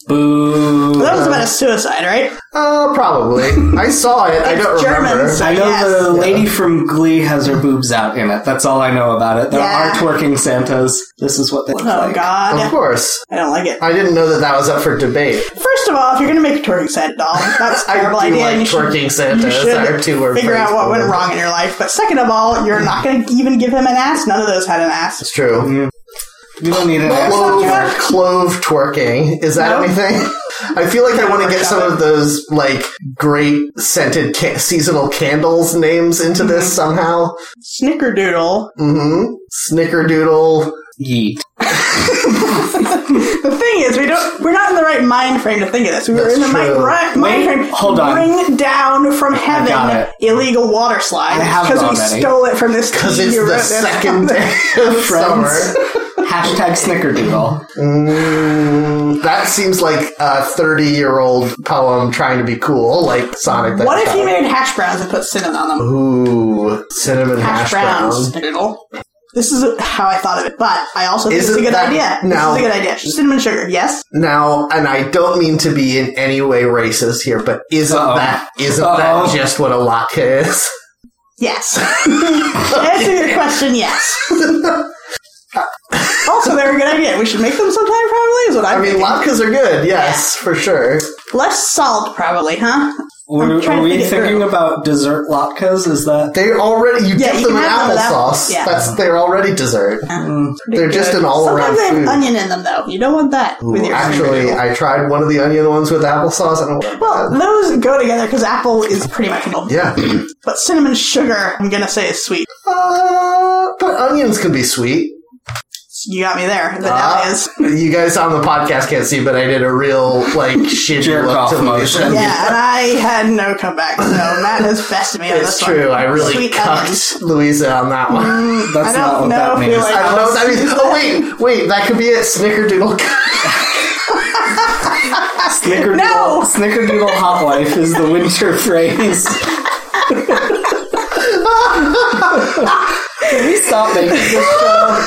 Speaker 2: Boo.
Speaker 3: That was about a suicide, right?
Speaker 1: Uh, probably. I saw it. I don't
Speaker 3: It's German,
Speaker 1: remember.
Speaker 3: so-
Speaker 2: I know the
Speaker 3: Yes.
Speaker 2: lady from Glee has her boobs out in it. That's all I know about it. There
Speaker 3: Yeah.
Speaker 2: are twerking Santas. This is what they look
Speaker 3: Oh
Speaker 2: like.
Speaker 1: Of
Speaker 3: god.
Speaker 1: course,
Speaker 3: I don't like it.
Speaker 1: I didn't know that that was up for debate.
Speaker 3: First of all, if you're going to make a twerking set doll, that's a
Speaker 1: I
Speaker 3: terrible
Speaker 1: do
Speaker 3: idea. and
Speaker 1: like
Speaker 3: you should
Speaker 1: twerking Santa.
Speaker 3: you should
Speaker 1: Our two were
Speaker 3: figure out
Speaker 1: praised
Speaker 3: what
Speaker 1: for
Speaker 3: went
Speaker 1: it.
Speaker 3: wrong in your life. But second of all, you're not going to even give him an ass. None of those had an ass.
Speaker 1: It's true.
Speaker 2: You don't need an ass.
Speaker 1: Clove,
Speaker 3: Subject.
Speaker 1: clove twerking. Is that
Speaker 3: No.
Speaker 1: anything? I feel like I want to get some of those like great scented ca- seasonal candles names into
Speaker 3: Mm-hmm.
Speaker 1: this somehow.
Speaker 3: Snickerdoodle.
Speaker 1: Mm-hmm. Snickerdoodle.
Speaker 2: Yeet.
Speaker 3: The thing is, we don't. We're not in the right mind frame to think of this. We were
Speaker 1: That's
Speaker 3: in the mind,
Speaker 1: true.
Speaker 3: right,
Speaker 2: Wait,
Speaker 3: mind frame.
Speaker 2: hold on.
Speaker 3: Bring down from
Speaker 2: got
Speaker 3: heaven
Speaker 2: it.
Speaker 3: illegal water slide
Speaker 2: I have
Speaker 3: because we
Speaker 2: gone, Eddie.
Speaker 3: stole it from this.
Speaker 1: Because
Speaker 3: kid
Speaker 1: it's
Speaker 3: who wrote
Speaker 1: the
Speaker 3: this.
Speaker 1: second day of summer.
Speaker 2: Friends. Hashtag snickerdoodle.
Speaker 1: Mm, that seems like a 30 year old poem trying to be cool, like Sonic the
Speaker 3: What if you
Speaker 1: Hedgehog.
Speaker 3: made hash browns and put cinnamon on them?
Speaker 1: Ooh, cinnamon
Speaker 3: Hash,
Speaker 1: hash, browns.
Speaker 3: browns, snickerdoodle. This is how I thought of it, but I also think it's
Speaker 1: Isn't
Speaker 3: a good
Speaker 1: that-
Speaker 3: idea.
Speaker 1: no.
Speaker 3: This is a good idea. Cinnamon sugar, yes.
Speaker 1: Now, and I don't mean to be in any way racist here, but isn't
Speaker 2: Uh-oh.
Speaker 1: that isn't
Speaker 2: Uh-oh.
Speaker 1: that just what a latte is?
Speaker 3: Yes. To Answer your question, yes. also, they're a good idea. We should make them sometime, probably, is what I'm
Speaker 1: I mean,
Speaker 3: thinking.
Speaker 1: latkes are good, yes, for sure.
Speaker 3: Less salt, probably, huh?
Speaker 2: Were,
Speaker 3: trying
Speaker 2: were
Speaker 3: to
Speaker 2: we
Speaker 3: think it
Speaker 2: thinking
Speaker 3: through.
Speaker 2: about dessert latkes? Is that
Speaker 1: They already you
Speaker 3: Yeah,
Speaker 1: dip
Speaker 3: you
Speaker 1: them in
Speaker 3: can have them without-
Speaker 1: applesauce.
Speaker 3: yeah.
Speaker 1: That's they're already dessert.
Speaker 2: Mm,
Speaker 1: They're just an all around
Speaker 3: Sometimes they have
Speaker 1: food.
Speaker 3: onion in them, though. You don't want that with
Speaker 1: Ooh,
Speaker 3: your
Speaker 1: actually,
Speaker 3: sandwich.
Speaker 1: I tried one of the onion ones with applesauce, and I
Speaker 3: well, those go together because apple is pretty much an old.
Speaker 1: yeah.
Speaker 3: But cinnamon sugar, I'm gonna say is sweet.
Speaker 1: Uh, but onions can be sweet.
Speaker 3: You got me there. The
Speaker 1: Uh,
Speaker 3: now is.
Speaker 1: you guys on the podcast can't see, but I did a real like shitty
Speaker 2: Jerk
Speaker 1: look
Speaker 2: off
Speaker 1: to
Speaker 2: motion.
Speaker 1: Lisa.
Speaker 3: Yeah, and I had no comeback, so Matt has bested me on
Speaker 1: It's
Speaker 3: this
Speaker 1: true.
Speaker 3: one.
Speaker 1: I really
Speaker 3: Sweet Mm, onions.
Speaker 1: cucked Louisa on that one.
Speaker 2: that's
Speaker 3: I
Speaker 2: not
Speaker 3: don't
Speaker 2: what
Speaker 3: know
Speaker 2: that
Speaker 3: if we
Speaker 2: means.
Speaker 3: like-
Speaker 1: I don't know what that means. Oh wait, wait, that could be it. Snickerdoodle.
Speaker 2: Snickerdoodle,
Speaker 3: No!
Speaker 2: snickerdoodle hot wife is the winter phrase. Can we stop making this show?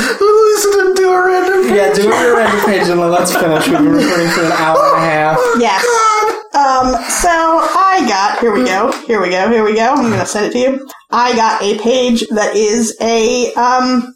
Speaker 1: Listen to a random.
Speaker 2: Yeah, do it on your random page and let's finish. We've been recording for an hour and a half.
Speaker 3: Yes. Um, so I got here we go, here we go, here we go. I'm gonna send it to you. I got a page that is a um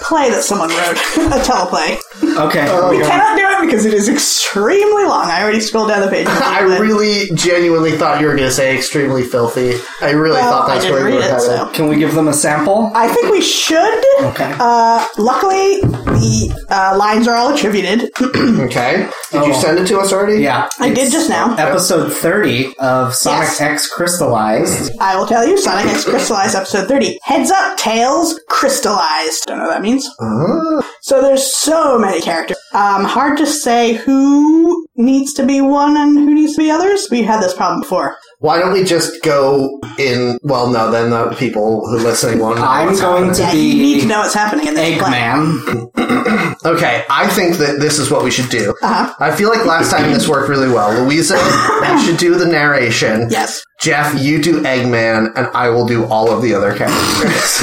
Speaker 3: play that someone wrote. a teleplay.
Speaker 2: Okay, we
Speaker 3: We
Speaker 2: go.
Speaker 3: cannot do it because it is extremely long. I already scrolled down the page.
Speaker 1: I really genuinely thought you were going to say extremely filthy. I really
Speaker 3: Well,
Speaker 1: thought
Speaker 3: I
Speaker 1: that's
Speaker 3: didn't
Speaker 1: where you were
Speaker 3: read it,
Speaker 1: headed.
Speaker 3: so.
Speaker 2: Can we give them a sample?
Speaker 3: I think we should.
Speaker 2: Okay.
Speaker 3: Uh, luckily, the uh, lines are all attributed.
Speaker 1: Okay. Did
Speaker 2: Oh.
Speaker 1: you send it to us already?
Speaker 2: Yeah,
Speaker 3: I did
Speaker 2: it's
Speaker 3: just now.
Speaker 2: Episode thirty of Sonic
Speaker 3: Yes.
Speaker 2: X Crystallized.
Speaker 3: I will tell you, Sonic X Crystallized episode 30. Heads up, tails crystallized. Don't know what that means.
Speaker 1: Oh.
Speaker 3: So there's so many characters. Um, hard to say who needs to be one and who needs to be others. We had this problem before.
Speaker 1: Why don't we just go in? Well, no, then the people who are listening won't know.
Speaker 2: I'm
Speaker 1: what's
Speaker 2: going to
Speaker 3: Yeah,
Speaker 2: be
Speaker 3: you need to know what's happening in this play.
Speaker 2: Eggman.
Speaker 1: Okay, I think that this is what we should do.
Speaker 3: Uh-huh.
Speaker 1: I feel like last time this worked really well. Louisa, you should do the narration.
Speaker 3: Yes.
Speaker 1: Jeff, you do Eggman, and I will do all of the other characters.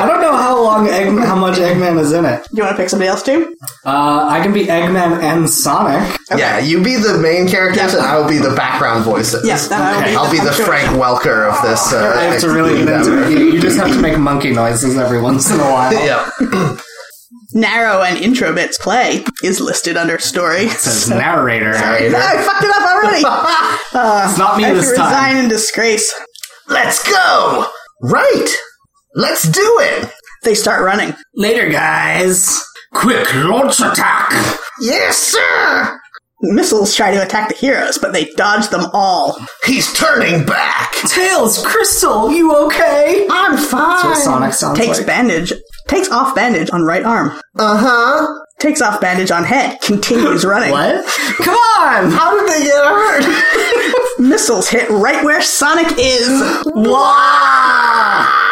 Speaker 2: I don't know how long, Egg- how much Eggman is in it.
Speaker 3: Do you want to pick somebody else too?
Speaker 2: Uh, I can be Eggman and Sonic.
Speaker 1: Yeah, you be the main characters, and I will be the background voices.
Speaker 3: Yes. Then
Speaker 2: Okay.
Speaker 3: I will
Speaker 1: I'll be the
Speaker 3: I'm sure-
Speaker 1: Frank Welker of this. Uh,
Speaker 2: I have to really get into it. You, you just have to make monkey noises every once in a while.
Speaker 1: Yeah.
Speaker 3: Narrow and intro bits play is listed under story.
Speaker 2: Says narrator.
Speaker 1: Narrator.
Speaker 3: I fucked it up already.
Speaker 2: It's not me
Speaker 3: I have to
Speaker 2: this time.
Speaker 3: resign in disgrace.
Speaker 1: Let's go! Right! Let's do it!
Speaker 3: They start running.
Speaker 2: Later, guys. Quick launch attack.
Speaker 1: Yes, sir!
Speaker 3: Missiles try to attack the heroes, but they dodge them all.
Speaker 1: He's turning back!
Speaker 2: Tails, Crystal, you okay?
Speaker 1: I'm fine!
Speaker 2: That's what Sonic sounds
Speaker 3: Takes
Speaker 2: like.
Speaker 3: bandage. Takes off bandage on right arm.
Speaker 1: Uh
Speaker 3: Uh-huh.
Speaker 1: huh.
Speaker 3: Takes off bandage on head. Continues running.
Speaker 2: What? Come on!
Speaker 1: How did they get hurt?
Speaker 3: Missiles hit right where Sonic is.
Speaker 1: Wah!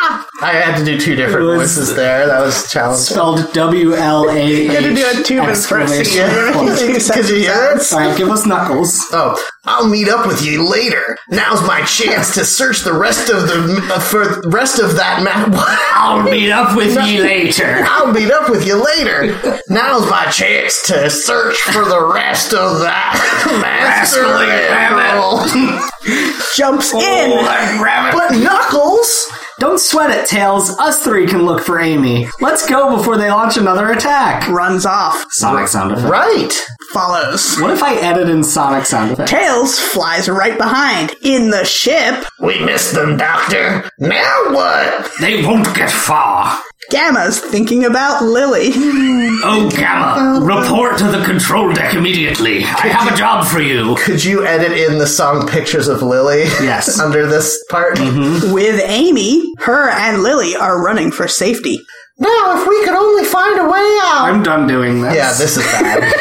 Speaker 1: I had to do two different
Speaker 2: It was-
Speaker 1: voices there. That was challenging.
Speaker 2: Spelled W L A H.
Speaker 3: You had to do a two minutes first.
Speaker 2: exclamation point.
Speaker 1: Could you hear it?
Speaker 2: All right, give us Knuckles.
Speaker 1: Oh, I'll meet up with you later. Now's my chance to search the rest of the uh, for the rest of that map.
Speaker 2: I'll meet up with ye later.
Speaker 1: I'll meet up with you later. Now's my chance to search for the rest of that
Speaker 2: Rascally
Speaker 1: masterly animal.
Speaker 3: Jumps in.
Speaker 1: But Knuckles,
Speaker 2: Don't sweat it, Tails. Us three can look for Amy. Let's go before they launch another attack.
Speaker 3: Runs off.
Speaker 2: Sonic sound effect.
Speaker 1: right?
Speaker 3: Follows.
Speaker 2: What if I edit in Sonic sound effect?
Speaker 3: Tails flies right behind. In the ship.
Speaker 1: We missed them, Doctor. Now what?
Speaker 2: They won't get far.
Speaker 3: Gamma's thinking about Lily.
Speaker 2: Oh, Gamma, report to the control deck immediately. I have a job for you.
Speaker 1: Could you edit in the song "Pictures of Lily"?
Speaker 2: Yes.
Speaker 1: under this part.
Speaker 3: With Amy, her and Lily are running for safety.
Speaker 1: Now, if we could only find a way out.
Speaker 2: I'm done doing this.
Speaker 1: yeah, this is bad.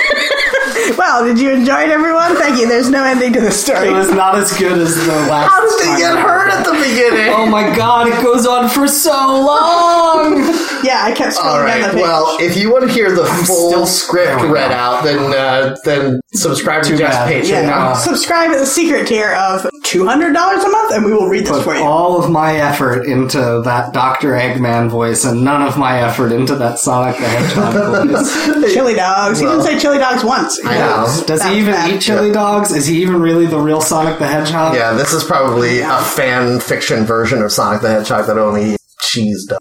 Speaker 3: Well, did you enjoy it, everyone? Thank you. There's no ending to the story.
Speaker 2: It was not as good as the last.
Speaker 1: How did they
Speaker 2: time
Speaker 1: get
Speaker 2: I
Speaker 1: hurt
Speaker 2: did
Speaker 1: at
Speaker 2: it.
Speaker 1: the beginning?
Speaker 2: Oh my god, it goes on for so long!
Speaker 3: Yeah, I kept scrolling
Speaker 1: All
Speaker 3: down
Speaker 1: right.
Speaker 3: the page.
Speaker 1: Well, if you want to hear the full
Speaker 2: still- there
Speaker 1: script
Speaker 2: we go.
Speaker 1: read out, then uh, then subscribe to
Speaker 2: Too
Speaker 1: Jeff's
Speaker 2: bad.
Speaker 1: Patreon.
Speaker 3: yeah,
Speaker 2: no.
Speaker 3: subscribe at the secret tier of two hundred dollars a month, and we will read this for
Speaker 2: Put
Speaker 3: you.
Speaker 2: all of my effort into that Dr. Eggman voice and none of my effort into that Sonic the Hedgehog voice.
Speaker 3: Chili dogs. He didn't say chili dogs once.
Speaker 1: know.
Speaker 2: Wow. Does
Speaker 3: That's
Speaker 2: he even
Speaker 3: bad.
Speaker 2: eat chili dogs? Is he even really the real Sonic the Hedgehog?
Speaker 1: Yeah, this is probably a fan fiction version of Sonic the Hedgehog that only eats cheese does.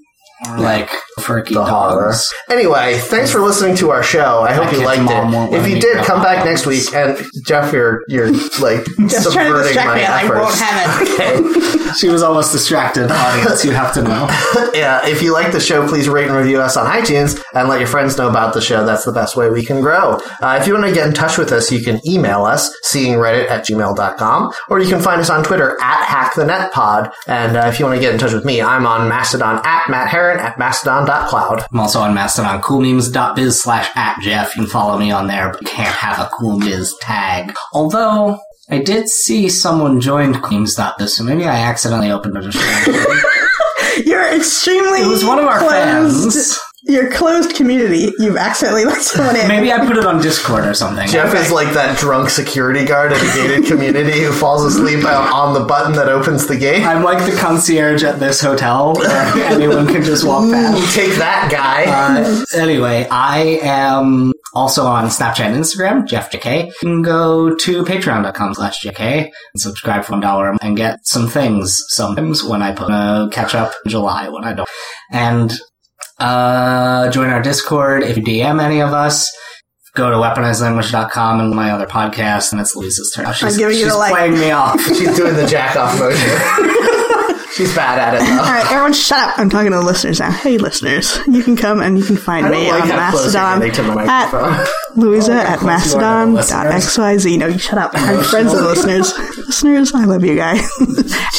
Speaker 2: Like, freaky
Speaker 1: horror.
Speaker 2: dogs.
Speaker 1: Anyway, thanks for listening to our show. I hope
Speaker 2: My
Speaker 1: you
Speaker 2: kid's
Speaker 1: liked
Speaker 2: mom won't
Speaker 1: it.
Speaker 2: let
Speaker 1: If you
Speaker 2: me
Speaker 1: did,
Speaker 2: go
Speaker 1: come back
Speaker 2: out.
Speaker 1: next week. And Jeff, you're you're like
Speaker 3: Just trying to
Speaker 1: subverting
Speaker 3: distract
Speaker 1: my
Speaker 3: me. and I won't
Speaker 1: efforts.
Speaker 3: have it.
Speaker 1: Okay.
Speaker 2: She was almost distracted, audience, you have to know.
Speaker 1: Yeah, if you like the show, please rate and review us on iTunes and let your friends know about the show. That's the best way we can grow. Uh, if you want to get in touch with us, you can email us, seeingreddit at gmail.com, or you can find us on Twitter at hackthenetpod. And uh, if you want to get in touch with me, I'm on Mastodon at Matt Heron at mastodon.cloud.
Speaker 2: I'm also on Mastodon, coolmemes.biz slash at Jeff. You can follow me on there, but you can't have a cool biz tag. Although, I did see someone joined coolmemes.biz, so maybe I accidentally opened a distraction.
Speaker 3: You're extremely.
Speaker 2: it was one of our
Speaker 3: closed.
Speaker 2: fans.
Speaker 3: Your closed community. You've accidentally let someone in.
Speaker 2: Maybe I put it on Discord or something.
Speaker 1: Jeff is like that drunk security guard at a gated community who falls asleep out on the button that opens the gate.
Speaker 2: I'm like the concierge at this hotel where anyone can just walk past.
Speaker 1: Take that guy.
Speaker 2: Uh, anyway, I am also on Snapchat and Instagram, Jeff JK. You can go to patreon.com slash JK and subscribe for $1 and get some things sometimes when I put, uh, catch up in July when I don't. And, uh, join our Discord if you DM any of us. Go to weaponizedlanguage.com and my other podcast, and it's Louisa's turn. Oh, She's,
Speaker 3: giving you
Speaker 2: she's
Speaker 3: the like.
Speaker 2: playing me off.
Speaker 1: She's doing the jack off motion. She's bad at it though.
Speaker 3: All right, everyone, shut up. I'm talking to the listeners now. Hey, listeners, you can come and you can find
Speaker 1: I don't
Speaker 3: me
Speaker 1: like
Speaker 3: on
Speaker 1: how close you're
Speaker 3: Mastodon
Speaker 1: getting to the
Speaker 3: at
Speaker 1: microphone. Oh,
Speaker 3: Louisa at
Speaker 2: close you are to the
Speaker 3: mastodon.xyz. No, you shut up. I'm friends with listeners. listeners, I love you guys.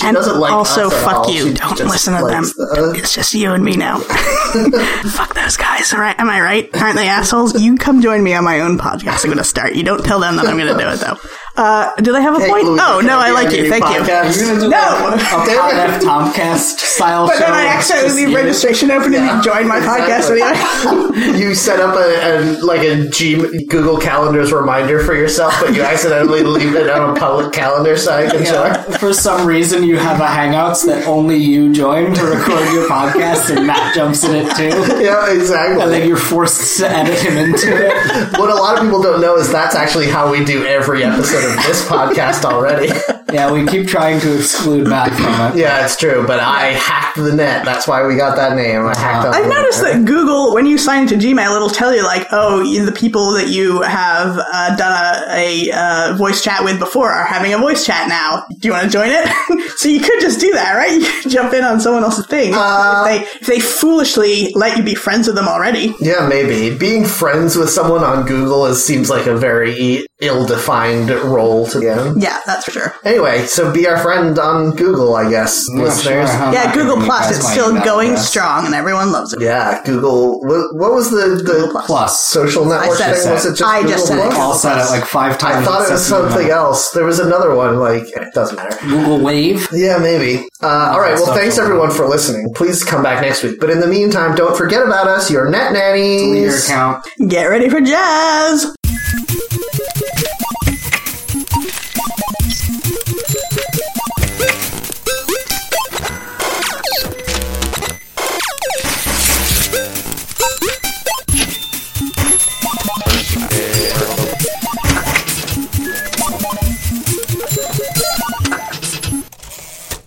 Speaker 3: and
Speaker 1: doesn't like
Speaker 3: also,
Speaker 1: us at
Speaker 3: fuck
Speaker 1: all.
Speaker 3: you.
Speaker 1: She
Speaker 3: Don't
Speaker 1: just
Speaker 3: listen to them.
Speaker 1: likes the-
Speaker 3: It's just you and me now. fuck those guys. All right, am I right? Aren't they assholes? You come join me on my own podcast. I'm going to start. You don't tell them that I'm going to do it though. Uh, did I have a
Speaker 1: Hey,
Speaker 3: point?
Speaker 1: Louisa,
Speaker 3: oh
Speaker 1: can
Speaker 3: no,
Speaker 1: I
Speaker 3: I
Speaker 1: be on
Speaker 3: like
Speaker 1: your
Speaker 3: you.
Speaker 1: new
Speaker 3: Thank you.
Speaker 1: podcast?
Speaker 2: You're gonna do
Speaker 3: No!
Speaker 2: like a Pod F Tomcast style
Speaker 3: But
Speaker 2: show.
Speaker 3: then I
Speaker 2: Just
Speaker 3: accidentally
Speaker 2: you.
Speaker 3: registration open and you joined my podcast
Speaker 1: exactly.
Speaker 3: anyway.
Speaker 1: You set up a, a like a G- Google Calendar's reminder for yourself, but you accidentally leave it on a public calendar so I can
Speaker 2: Yeah,
Speaker 1: check.
Speaker 2: for some reason, you have a Hangouts that only you join to record your podcast, and Matt jumps in it too.
Speaker 1: Yeah, exactly.
Speaker 2: And then you're forced to edit him into it.
Speaker 1: what a lot of people don't know is that's actually how we do every episode of this podcast already.
Speaker 2: Yeah, we keep trying to exclude Matt from it.
Speaker 1: Yeah, it's true, but I hacked the net. That's why we got that name. I hacked up
Speaker 3: Uh, I've
Speaker 1: the
Speaker 3: noticed
Speaker 1: net.
Speaker 3: that Google, when you sign into Gmail, it'll tell you like, oh, you- the people that you have uh, done a, a uh, voice chat with before are having a voice chat now. Do you want to join it? so you could just do that, right? You could jump in on someone else's thing
Speaker 2: Uh,
Speaker 3: if they if they foolishly let you be friends with them already.
Speaker 1: Yeah, maybe. Being friends with someone on Google is, seems like a very ill defined role to them.
Speaker 3: Yeah, that's for sure.
Speaker 1: Anyway, so be our friend on Google, I guess,
Speaker 2: I'm not sure
Speaker 1: listeners.
Speaker 2: how
Speaker 3: yeah,
Speaker 2: not
Speaker 3: Google
Speaker 2: giving you
Speaker 3: Plus
Speaker 2: guys
Speaker 3: is
Speaker 2: my
Speaker 3: still
Speaker 2: email
Speaker 3: going
Speaker 2: address.
Speaker 3: strong and everyone loves it.
Speaker 1: Yeah, Google. What, what was the, the
Speaker 2: Plus.
Speaker 1: social network
Speaker 3: said
Speaker 1: thing?
Speaker 2: it.
Speaker 1: Was it just
Speaker 3: I
Speaker 1: Google
Speaker 3: just said it.
Speaker 1: Plus?
Speaker 2: Paul said it like five times.
Speaker 1: I thought it was
Speaker 2: except
Speaker 1: something
Speaker 2: email.
Speaker 1: else. There was another one, like, it doesn't matter.
Speaker 2: Google Wave.
Speaker 1: Yeah, maybe. Uh, all right. Well,
Speaker 2: Social.
Speaker 1: thanks everyone for listening. Please come back next week. But in the meantime, don't forget about us, your net nannies.
Speaker 2: Your account.
Speaker 3: Get ready for jazz.